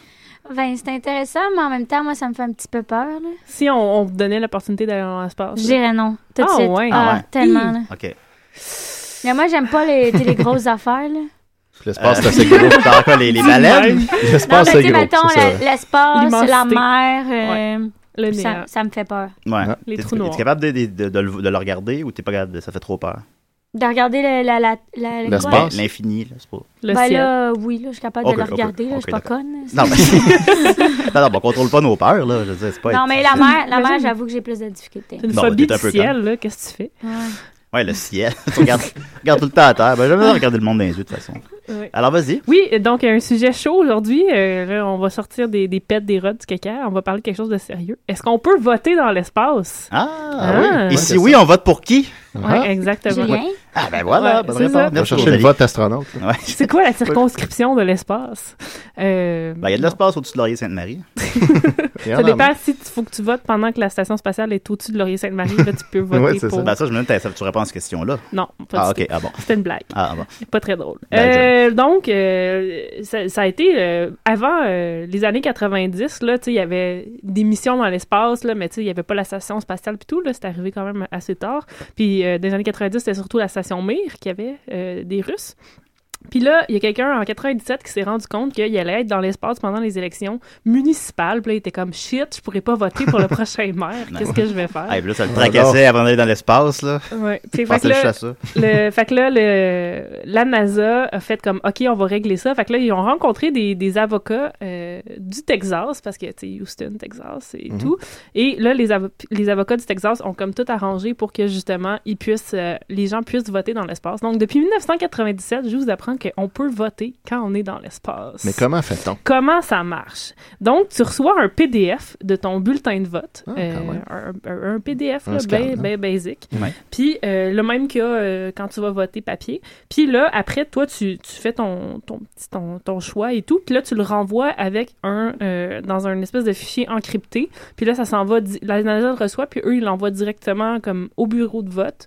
J: Ben, c'est intéressant, mais en même temps, moi, ça me fait un petit peu peur. là.
K: Si on, on me donnait l'opportunité d'aller dans l'espace.
J: Je dirais non, tout de
K: Ah,
J: suite.
K: ouais.
J: Ah, tellement,
K: Hi.
J: là.
G: Ok.
J: Mais moi, j'aime pas les, les grosses affaires. Là.
G: L'espace, c'est assez gros. Euh, T'as encore les, les baleines?
J: Non, mais tu sais, mettons, la- l'espace, la
K: L'immensité.
J: mer, euh,
K: Le
J: ça,
K: néant.
J: ça me fait peur.
G: Ouais.
K: Les
G: T'es-
K: trous
G: t'es-
K: noirs.
G: T'es capable de, de, de, de le, de le regarder ou t'es pas capable de. Ça fait trop peur?
J: De regarder le, la, la, la, le quoi?
G: Ben, L'infini, là, c'est pas.
J: ben là, oui, là, je suis capable
G: Ok,
J: de le
G: ok,
J: regarder, là, je suis
G: ok,
J: pas
G: d'accord.
J: conne.
G: Non, mais. non, non, ben, on contrôle pas nos peurs, là. Je veux dire, c'est pas.
J: Non, mais la mer, la mer
K: Imagine.
J: j'avoue que j'ai plus de difficultés.
K: Une
G: Bon, ben,
K: phobie
G: t'es un
K: du
G: peu
K: ciel, là, qu'est-ce que tu fais?
G: Ouais, le ciel. tu regardes, regardes tout le temps à terre. Ben, j'aime bien regarder le monde dans les yeux, de toute façon.
K: Ouais.
G: Alors, vas-y.
K: Oui, donc un sujet chaud aujourd'hui. Euh, là, on va sortir des, des pets, des rods, du caca. On va parler de quelque chose de sérieux. Est-ce qu'on peut voter dans l'espace?
G: Ah,
K: Ah.
G: oui. Et si oui, on vote pour qui?
K: Ouais, exactement.
G: Julien? Ah, ben voilà,
K: Ouais,
G: bonne
K: c'est
G: réponse.
K: ça.
I: On va
G: Merci,
I: chercher le
G: Rosalie.
I: vote astronaute. là.
G: Ouais.
K: C'est quoi la circonscription de l'espace? Euh,
G: Ben, il y a de hein, l'espace au-dessus de Laurier-Sainte-Marie.
K: ça dépend si il faut que tu votes pendant que la station spatiale est au-dessus de Laurier-Sainte-Marie. Là, tu peux voter
G: Ouais, c'est
K: pour...
G: ça. Ben, ça, je me demande, t'as- ça- tu réponds à cette question-là.
K: Non, pas
G: Ah,
K: du
G: ok,
K: tout.
G: ah bon.
K: C'était une blague.
G: Ah, bon.
K: Pas très drôle.
G: Ben,
K: Euh, donc, euh, ça, ça a été euh, avant euh, les années 90, là, tu sais, il y avait des missions dans l'espace, là, mais tu sais, il n'y avait pas la station spatiale et tout. Là, c'est arrivé quand même assez tard. Puis, euh, dans les années 90, c'était surtout la station Mir qui avait euh, des Russes. Puis là, il y a quelqu'un en 97 qui s'est rendu compte qu'il allait être dans l'espace pendant les élections municipales. Puis là, il était comme shit, je pourrais pas voter pour le prochain maire. Qu'est-ce que je vais faire?
G: Ah, et puis là, ça le tracassait avant d'aller dans l'espace, là.
K: Ouais.
G: Je
K: Puis, fait que
G: pensais
K: là,
G: juste à ça.
K: le- fait que là, le- la NASA a fait comme, OK, on va régler ça. Fait que là, ils ont rencontré des, des avocats euh, du Texas, parce que, tu sais, Houston, Texas et
U: Mhm.
K: tout. Et là, les, avo- les avocats du Texas ont comme tout arrangé pour que, justement, ils puissent, euh, les gens puissent voter dans l'espace. Donc, depuis 1997, je vous apprends qu'on peut voter quand on est dans l'espace.
I: Mais comment fait-on?
J: Hein?
K: Comment ça marche? Donc, tu reçois un PDF de ton bulletin de vote. euh, un, un- un PDF,
I: Ah, Un
K: là,
I: scan,
K: ben-
I: hein?
K: ben basic.
I: Ouais.
K: Puis euh, le même qu'il y a euh, quand tu vas voter papier. Puis là, après, toi, tu, tu fais ton, ton, petit- ton, ton choix et tout. Puis là, tu le renvoies avec un euh, dans un espèce de fichier encrypté. Puis là, ça s'en va. di- La NASA le reçoit, puis eux, ils l'envoient directement comme au bureau de vote.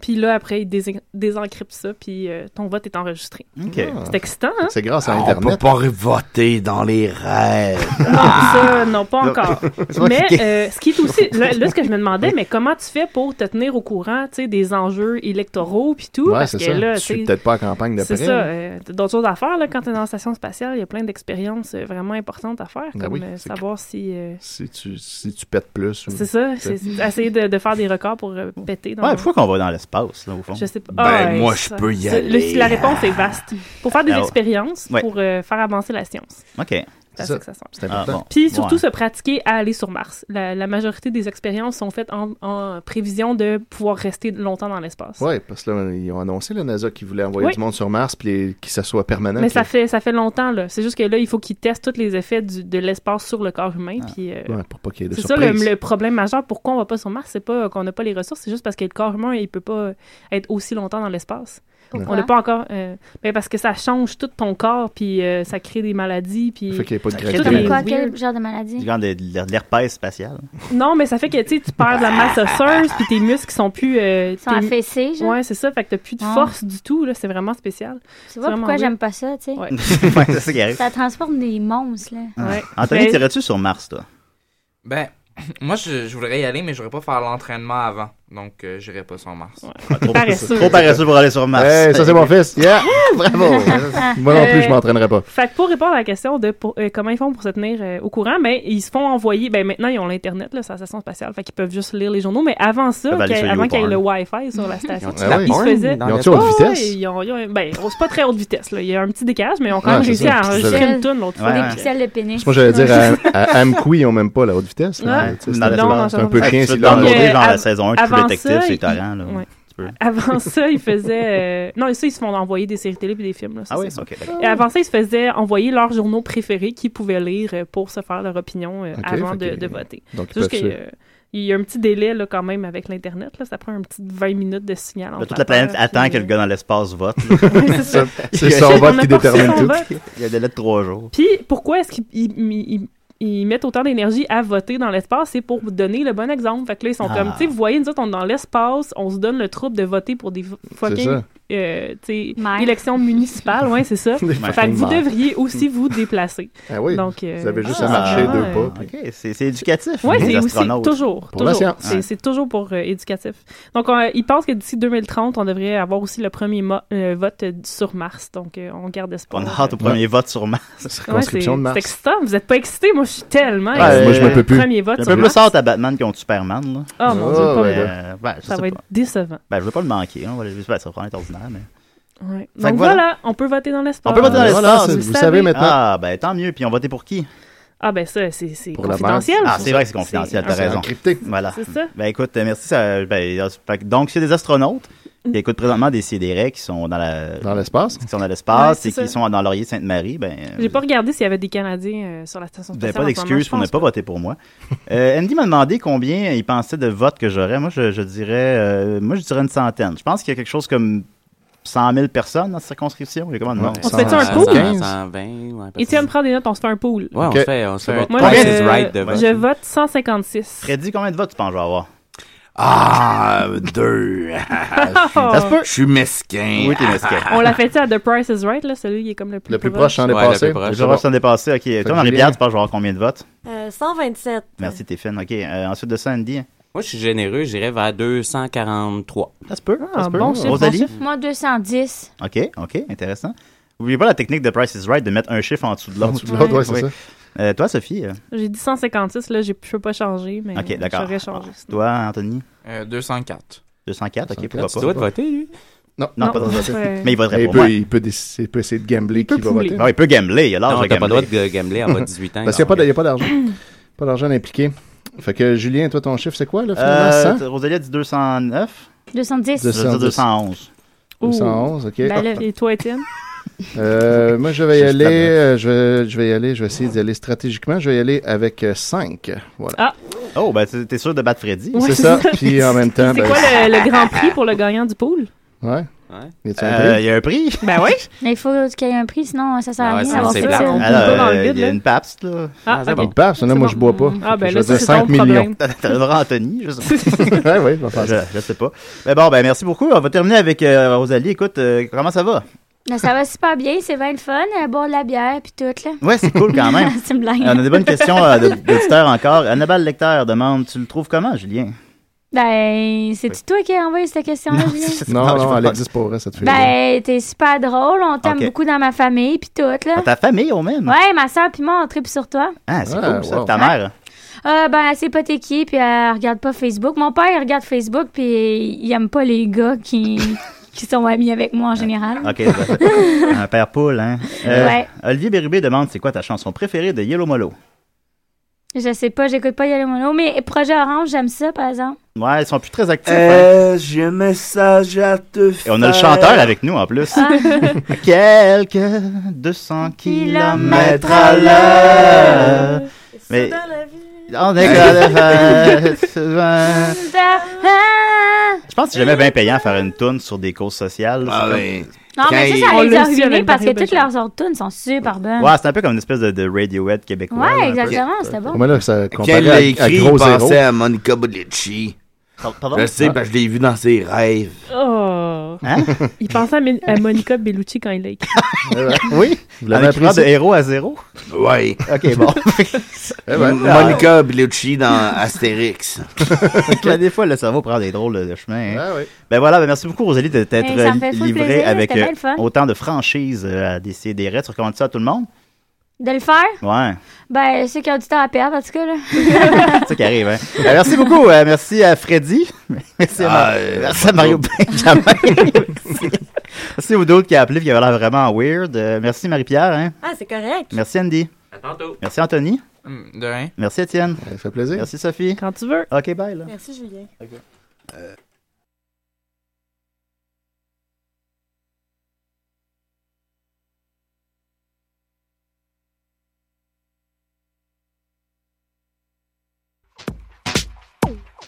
K: Puis là, après, ils dés- désencryptent ça, puis euh, ton vote est enregistré.
G: OK.
K: C'est excitant, hein?
I: C'est grâce à
F: On
I: Internet.
F: peut pas voter dans les rêves.
K: Non, ça, non, pas encore. mais euh, ce qui est aussi, là, là, ce que je me demandais, mais comment tu fais pour te tenir au courant, tu sais, des enjeux électoraux puis tout,
I: Ouais,
K: parce
I: c'est
K: que
I: ça.
K: là,
I: tu suis
K: tu sais,
I: peut-être pas en campagne de
K: c'est
I: près.
K: ça, euh, t'as d'autres choses à faire là, quand t'es dans la station spatiale, il y a plein d'expériences euh, vraiment importantes à faire,
I: Ben
K: comme
I: oui,
K: euh,
I: c'est
K: savoir si euh,
I: Si tu, si tu pètes plus. ou-
K: c'est ça, c'est, c'est essayer de, de faire des records pour euh, péter. Dans
G: Ouais, pourquoi qu'on va dans l'espace, là, au fond?
K: Je sais pas.
G: Ben,
K: Ah, ouais,
G: moi,
K: c'est
G: je
K: ça.
G: peux y
K: C'est- le-
G: aller.
K: la réponse est vaste. Pour faire des
G: Ah ouais.
K: expériences,
G: Ouais.
K: pour euh, faire avancer la science.
G: OK.
K: C'est à ça que ça sert.
G: C'est important.
K: Puis surtout
G: Ouais.
K: se pratiquer à aller sur Mars. La, la majorité des expériences sont faites en, en prévision de pouvoir rester longtemps dans l'espace.
I: Oui, parce que là, ils ont annoncé, la NASA, qu'ils voulaient envoyer
K: Oui.
I: du monde sur Mars puis que ça soit permanent.
K: Mais
I: puis-
K: ça fait, ça fait longtemps, là. C'est juste que là, il faut qu'ils testent tous les effets du- de l'espace sur le corps humain. puis, euh,
I: Ouais, pour pas qu'il y ait de
K: c'est ça le,
I: surprise.
K: le problème majeur. Pourquoi on va pas sur Mars? C'est pas qu'on n'a pas les ressources, c'est juste parce que le corps humain, il peut pas être aussi longtemps dans l'espace. On n'a pas encore. euh, ben parce que ça change tout ton corps, puis euh, ça crée des maladies. Puis
G: Fait qu'il y a pas de
K: tout
G: gravité.
K: est
G: Mais
J: Quoi,
K: weird.
J: quel genre de
G: Du
J: maladie?
G: genre de, de- de l'herpès spatial.
K: Non, mais ça fait que tu sais, tu perds de la masse osseuse, puis tes muscles sont plus. euh,
J: sont
K: tes-
J: affaissés, genre.
K: Ouais, c'est ça. Fait que t'as plus de
J: Ah.
K: force du tout, là. C'est vraiment spécial.
J: Tu vois pourquoi j'aime pas ça, tu sais?
K: Ouais.
G: ouais, c'est ça qui arrive.
J: Ça transforme des monstres, là.
I: Ah.
G: Anthony,
N: Mais-
G: t'irais-tu sur Mars, toi?
N: Ben, moi, je, je voudrais y aller, mais je voudrais pas faire l'entraînement avant. Donc, euh, j'irai pas sur Mars.
G: Ah, Trop Trop paresseux pour aller sur Mars.
I: Hey, ça, c'est mon fils. Yeah!
G: Bravo!
I: Moi non plus, je
K: Euh,
I: m'entraînerai pas.
K: Fait que pour répondre à la question de pour- euh, comment ils font pour se tenir euh, au courant, ben ils se font envoyer. Ben maintenant ils ont l'internet, là, sur la station spatiale, fait qu'ils peuvent juste lire les journaux. Mais avant ça,
I: Ils peuvent aller
K: qu'il y ait-
I: sur
K: avant qu'il y ait le
I: YouPorn.
K: Wi-Fi sur Ah, la station,
I: Ils ont-tu la
K: ils se
I: porn
K: faisaient.
I: dans Ah Ils ont-tu haute
K: Ouais,
I: vitesse?
K: ouais, ils ont- ils ont- ben c'est pas très haute vitesse. Là. Il y a un petit décalage, mais ils ont quand
I: Ouais,
K: même
I: Ah, c'est
K: réussi
I: ça.
K: à
I: C'est
K: enregistrer
I: ça.
K: une tune l'autre fois.
I: Ouais,
K: des
I: ouais.
J: Pixel de pénis.
I: Parce que Moi, j'allais dire euh, à, à Amqui, ils ont même pas la haute vitesse. là.
K: Ouais.
I: Tu sais, c'est
K: Non,
I: la-
K: non,
I: c'est un
K: non,
I: peu
K: non.
I: chiant.
K: Ah,
I: c'est
K: tu peux te
I: long.
K: downloader,
G: genre, la
K: av-
G: saison un de True
K: avant
G: Detective,
K: ça,
G: c'est
K: il-
G: torrent, là.
K: ouais.
G: Tu peux.
K: Avant ça, ils faisaient. euh, Non, ça, ils se font envoyer des séries télé puis des films. Là, ça,
G: Ah oui,
K: c'est sûr.
G: ok,
K: Et avant ça, ils se faisaient envoyer leurs journaux préférés qu'ils pouvaient lire euh, pour se faire leur opinion euh,
I: Ok,
K: avant
I: fait
K: de,
I: que-
K: de voter.
I: donc, ils
K: C'est juste
I: peuvent
K: que,
I: suivre.
K: euh, il y a un petit délai là, quand même avec l'Internet. là. Ça prend un petit 20 minutes de signal. entre
G: Toute la planète
K: peur,
G: attend
K: puis- euh,
G: que le gars dans l'espace vote.
K: c'est ça. C'est son vote qui détermine tout.
G: Il y a un délai de trois jours.
K: Puis pourquoi est-ce qu'ils ils- ils- ils- ils mettent autant d'énergie à voter dans l'espace? C'est pour donner le bon exemple. Fait que là, ils sont
G: Ah.
K: comme, tu sais, vous voyez, nous autres, on est dans l'espace, on se donne le trouble de voter pour des vo- fucking
I: ça.
K: euh, tu sais, élections municipales. Ouais, c'est ça.
I: Des
K: fait que
I: fucking
K: vous
I: maires.
K: devriez aussi vous déplacer.
I: Ah oui.
K: Donc, euh,
I: Vous avez juste à marcher
K: ah,
I: deux pas.
G: OK, c'est c'est éducatif.
K: Ouais,
G: les
K: c'est aussi
G: astronautes.
K: toujours.
G: Pour la
K: toujours.
G: science.
K: C'est
G: Ouais.
K: c'est toujours pour euh, éducatif. Donc, on- ils pensent que d'ici 2030, on devrait avoir aussi le premier mo- euh, vote euh, sur Mars. Donc, euh, on garde espoir.
G: On a hâte au premier vote sur Mars.
K: Ouais, c'est- C'est excitant. Vous n'êtes pas excité. Moi, je suis tellement
G: Ouais,
K: excitée.
G: euh,
K: Premier vote.
G: J'ai un
K: sur
G: peu
K: Mars.
G: plus hâte à Batman contre Superman. Là.
K: Ah, mon Dieu, pas
G: ouais.
K: vrai.
G: Euh, ben, je
K: Ça
G: sais
K: va être
G: pas.
K: décevant.
G: Ben, je veux pas le manquer. hein. On va le- ben, ça va être ordinaire, mais...
K: Ouais.
G: Fait que
K: Donc,
G: voilà.
K: voilà. on peut voter dans l'espace.
G: On peut voter dans l'espace.
K: le savez.
G: Ah, ben tant mieux. Puis on votait pour qui?
K: Ah, ben ça, c'est c'est
G: la
K: confidentiel.
G: Ah, c'est vrai que c'est confidentiel, t'as
K: c'est
G: raison.
I: encrypté.
G: Voilà.
K: C'est ça.
G: Ben écoute, euh, merci. ça- ben, euh, fait que donc, c'est des astronautes qui écoutent présentement des CDR qui sont dans la...
I: Dans l'espace.
G: Qui sont dans l'espace
K: Ouais,
G: et
K: c'est
G: qui
K: ça.
G: sont dans Laurier-Sainte-Marie. Ben, euh,
K: J'ai pas regardé s'il y avait des Canadiens euh, sur la station
G: vous n'avez pas
K: spatiale. en ce moment,
G: d'excuse
K: je
G: pour ne
K: pense
G: pas voter pour moi. Euh, Andy m'a demandé combien il pensait de votes que j'aurais. Moi, je, je dirais, euh, moi, je dirais une centaine. Je pense qu'il y a quelque chose comme 100 000 personnes dans cette circonscription. Il y a combien de
S: Ouais,
G: monde?
K: On se fait-tu un
S: Ah, cent-
K: pool?
S: cent- 120, ouais,
K: Étienne, prends des notes, on se fait un pool.
S: Ouais, on se fait- on se fait un
K: Moi,
S: pool.
K: je,
S: Price is right de vote.
K: je vote 156.
G: Freddy, combien de votes tu penses que je vais avoir?
F: Ah, deux.
K: Ça se peut.
F: Je suis mesquin.
G: Oui, t'es mesquin.
K: Oh! On l'a fait à The Price is Right, là, celui qui est comme le plus probable.
G: Le
I: ah,
G: plus proche s'en dépasser. OK. Toi, Marie-Pierre, tu penses que je vais avoir combien de votes?
M: Euh, 127.
G: Merci, Téphine. OK. euh, ensuite de ça, Andy.
S: Moi, je suis généreux, j'irais vers 243.
G: Ça se peut.
S: Ah,
G: ça se peut.
S: bon chiffre, bon
G: Rosalie?
J: Moi, 210.
G: OK, OK, intéressant. N'oubliez pas la technique de Price is Right de mettre un chiffre en dessous de l'autre.
I: En dessous de l'autre, ouais, c'est ça.
G: Euh, toi, Sophie? euh,
K: J'ai dit 156, là, j'ai- je peux pas changer, mais
G: OK,
K: j'aurais
G: d'accord.
K: changé.
G: Toi, Anthony?
N: Euh, 204.
G: 204, OK, pourquoi
S: Tu
G: pas.
S: dois te voter, lui.
I: Non,
G: non,
I: non,
G: pas de
I: ça
G: voter.
I: serait-
G: Mais il voterait
I: Mais
G: pour
I: peut-
G: moi.
I: Il peut, décider- il peut essayer de gambler qui va
G: pouler.
I: voter.
G: Ah, il peut gambler, il a l'âge
S: Non,
G: de
S: t'as pas le
G: gambler.
S: droit de gambler avant 18 ans.
I: Parce qu'il n'y a pas de- il y a pas d'argent. Pas d'argent impliqué. Fait que Julien, toi, ton chiffre, c'est quoi,
G: Euh,
I: là, finalement? 100?
G: t- Rosalie a dit 209.
J: 210.
G: Je veux dire 211.
K: Ouh.
I: 211, OK. Ah,
K: Ben là, et toi, Étienne?
I: Euh, moi, je vais y
G: Je- je
I: aller.
G: tape,
I: euh, Je vais, je vais y aller. Je vais essayer d'y aller stratégiquement. Je vais y aller avec 5. Voilà.
K: Ah.
G: Oh, ben, t'es t'es sûr de battre Freddy?
I: c'est ça. Puis en même temps.
K: C'est
I: ben,
K: quoi le, le grand prix pour le gagnant du pool?
I: Ouais. Y a-tu un
G: Euh,
I: prix?
G: Il y a un prix?
K: Ben oui.
J: Mais il faut qu'il y ait un prix, sinon ça sert à rien
G: Alors,
J: d'avoir fait ça.
G: euh, Il y a une papste, là.
K: Ah,
I: Une pape, ça, là, moi, je bois pas.
K: Ah, ben
I: je
K: là,
I: vais
K: ça,
I: dire
K: c'est
I: 5
K: ton problème.
I: millions.
G: T'as le droit, Anthony, je sais pas.
I: ouais, ouais, je vais faire ça.
G: je, je sais pas. Mais bon, ben, merci beaucoup. On va terminer avec euh, Rosalie. Écoute, euh, comment ça va?
J: Mais ça va super bien, c'est bien le fun, euh, boire de la bière puis tout, là.
G: Ouais, c'est cool quand même.
J: c'est une blague.
G: Euh, On a des bonnes questions euh, de- d'auditeurs encore. Annabelle Lecter demande Tu le trouves comment, Julien
J: Ben, c'est-tu toi qui as envoyé cette question-là, Julien?
I: Non,
G: Non,
I: non,
G: je peux
I: elle
G: pas.
I: existe pour vrai, cette fille.
J: Ben, t'es super drôle, on t'aime
G: Ok.
J: beaucoup dans ma famille puis tout, là.
G: Ah, Ta famille, au même
J: Ouais, ma soeur puis moi, on tripe sur toi.
G: Ah, c'est
I: Ah,
G: cool ça.
I: wow.
G: Ta mère
J: Euh, ben, elle sait pas t'es qui, puis elle regarde pas Facebook. Mon père, il regarde Facebook, puis il aime pas les gars qui, qui sont amis avec moi en général.
G: Ok, c'est ça. un père poule, hein
J: Ouais.
G: Olivier Bérubé demande C'est quoi ta chanson préférée de Yellow Molo
J: Je sais pas, j'écoute pas Yellow Mono, mais Projet Orange, j'aime ça, par exemple.
G: Ouais, ils sont plus très actifs. hein.
R: Euh, j'ai un message à te faire.
G: Et on a le chanteur avec nous en plus.
J: Ah.
G: À Quelques 200 kilomètres à l'heure. Mais. On est
J: Ah,
G: Je pense que c'est jamais bien payant à faire une toune sur des causes sociales.
F: Ah
G: c'est
F: ouais.
J: Non, mais ça, ça allait dire ruiner parce que toutes leurs autres tunes sont super bonnes.
G: Ouais, c'est un peu comme une espèce de, de Radiohead québécois.
J: Ah. Ouais,
G: là, un peu.
J: exactement, c'était bon.
I: Mais là, ça
F: Quand
I: comparé
F: l'a
I: à- à
F: écrit,
I: Gros
F: il pensait
I: Zéro.
F: à Monica Bellucci.
G: pardon?
F: Je sais, parce que je l'ai vu dans ses rêves.
K: Oh.
F: Hein?
K: Il pensait à, Min- à Monica Bellucci quand il l'a écrit.
G: Oui?
F: Vous l'avez
G: En
F: appris,
G: écrivant
F: ça?
G: de héros à zéro?
F: Oui.
G: OK, bon. Eh ben,
F: Monica Bellucci dans Astérix.
G: Ben, des fois, le cerveau prend des drôles de chemins. hein.
F: Ah oui.
G: Ben voilà, ben merci beaucoup, Rosalie, de t'être euh,
J: Hey, ça me fait full
G: livrée
J: plaisir,
G: avec euh,
J: c'était bien le fun.
G: autant de franchise euh, à décider des raids. Tu recommandes ça à tout le monde?
J: De le faire,
G: Ouais.
J: ben, ceux qui ont du temps à perdre, en tout cas, là.
G: C'est ça qui arrive, hein. Euh, merci beaucoup. euh, merci à Freddy. Merci à, Mar-
F: Ah, euh,
G: merci à Mario Benjamin. merci. merci aux d'autres qui a appelé et qui avait l'air vraiment weird. Euh, merci Marie-Pierre. Hein.
M: Ah, c'est correct.
G: Merci Andy.
N: À tantôt.
G: Merci Anthony.
N: Hum, De rien.
G: Merci Étienne.
I: Ça fait plaisir.
G: Merci Sophie.
K: Quand tu veux.
G: OK, bye. Là.
M: Merci, Julien.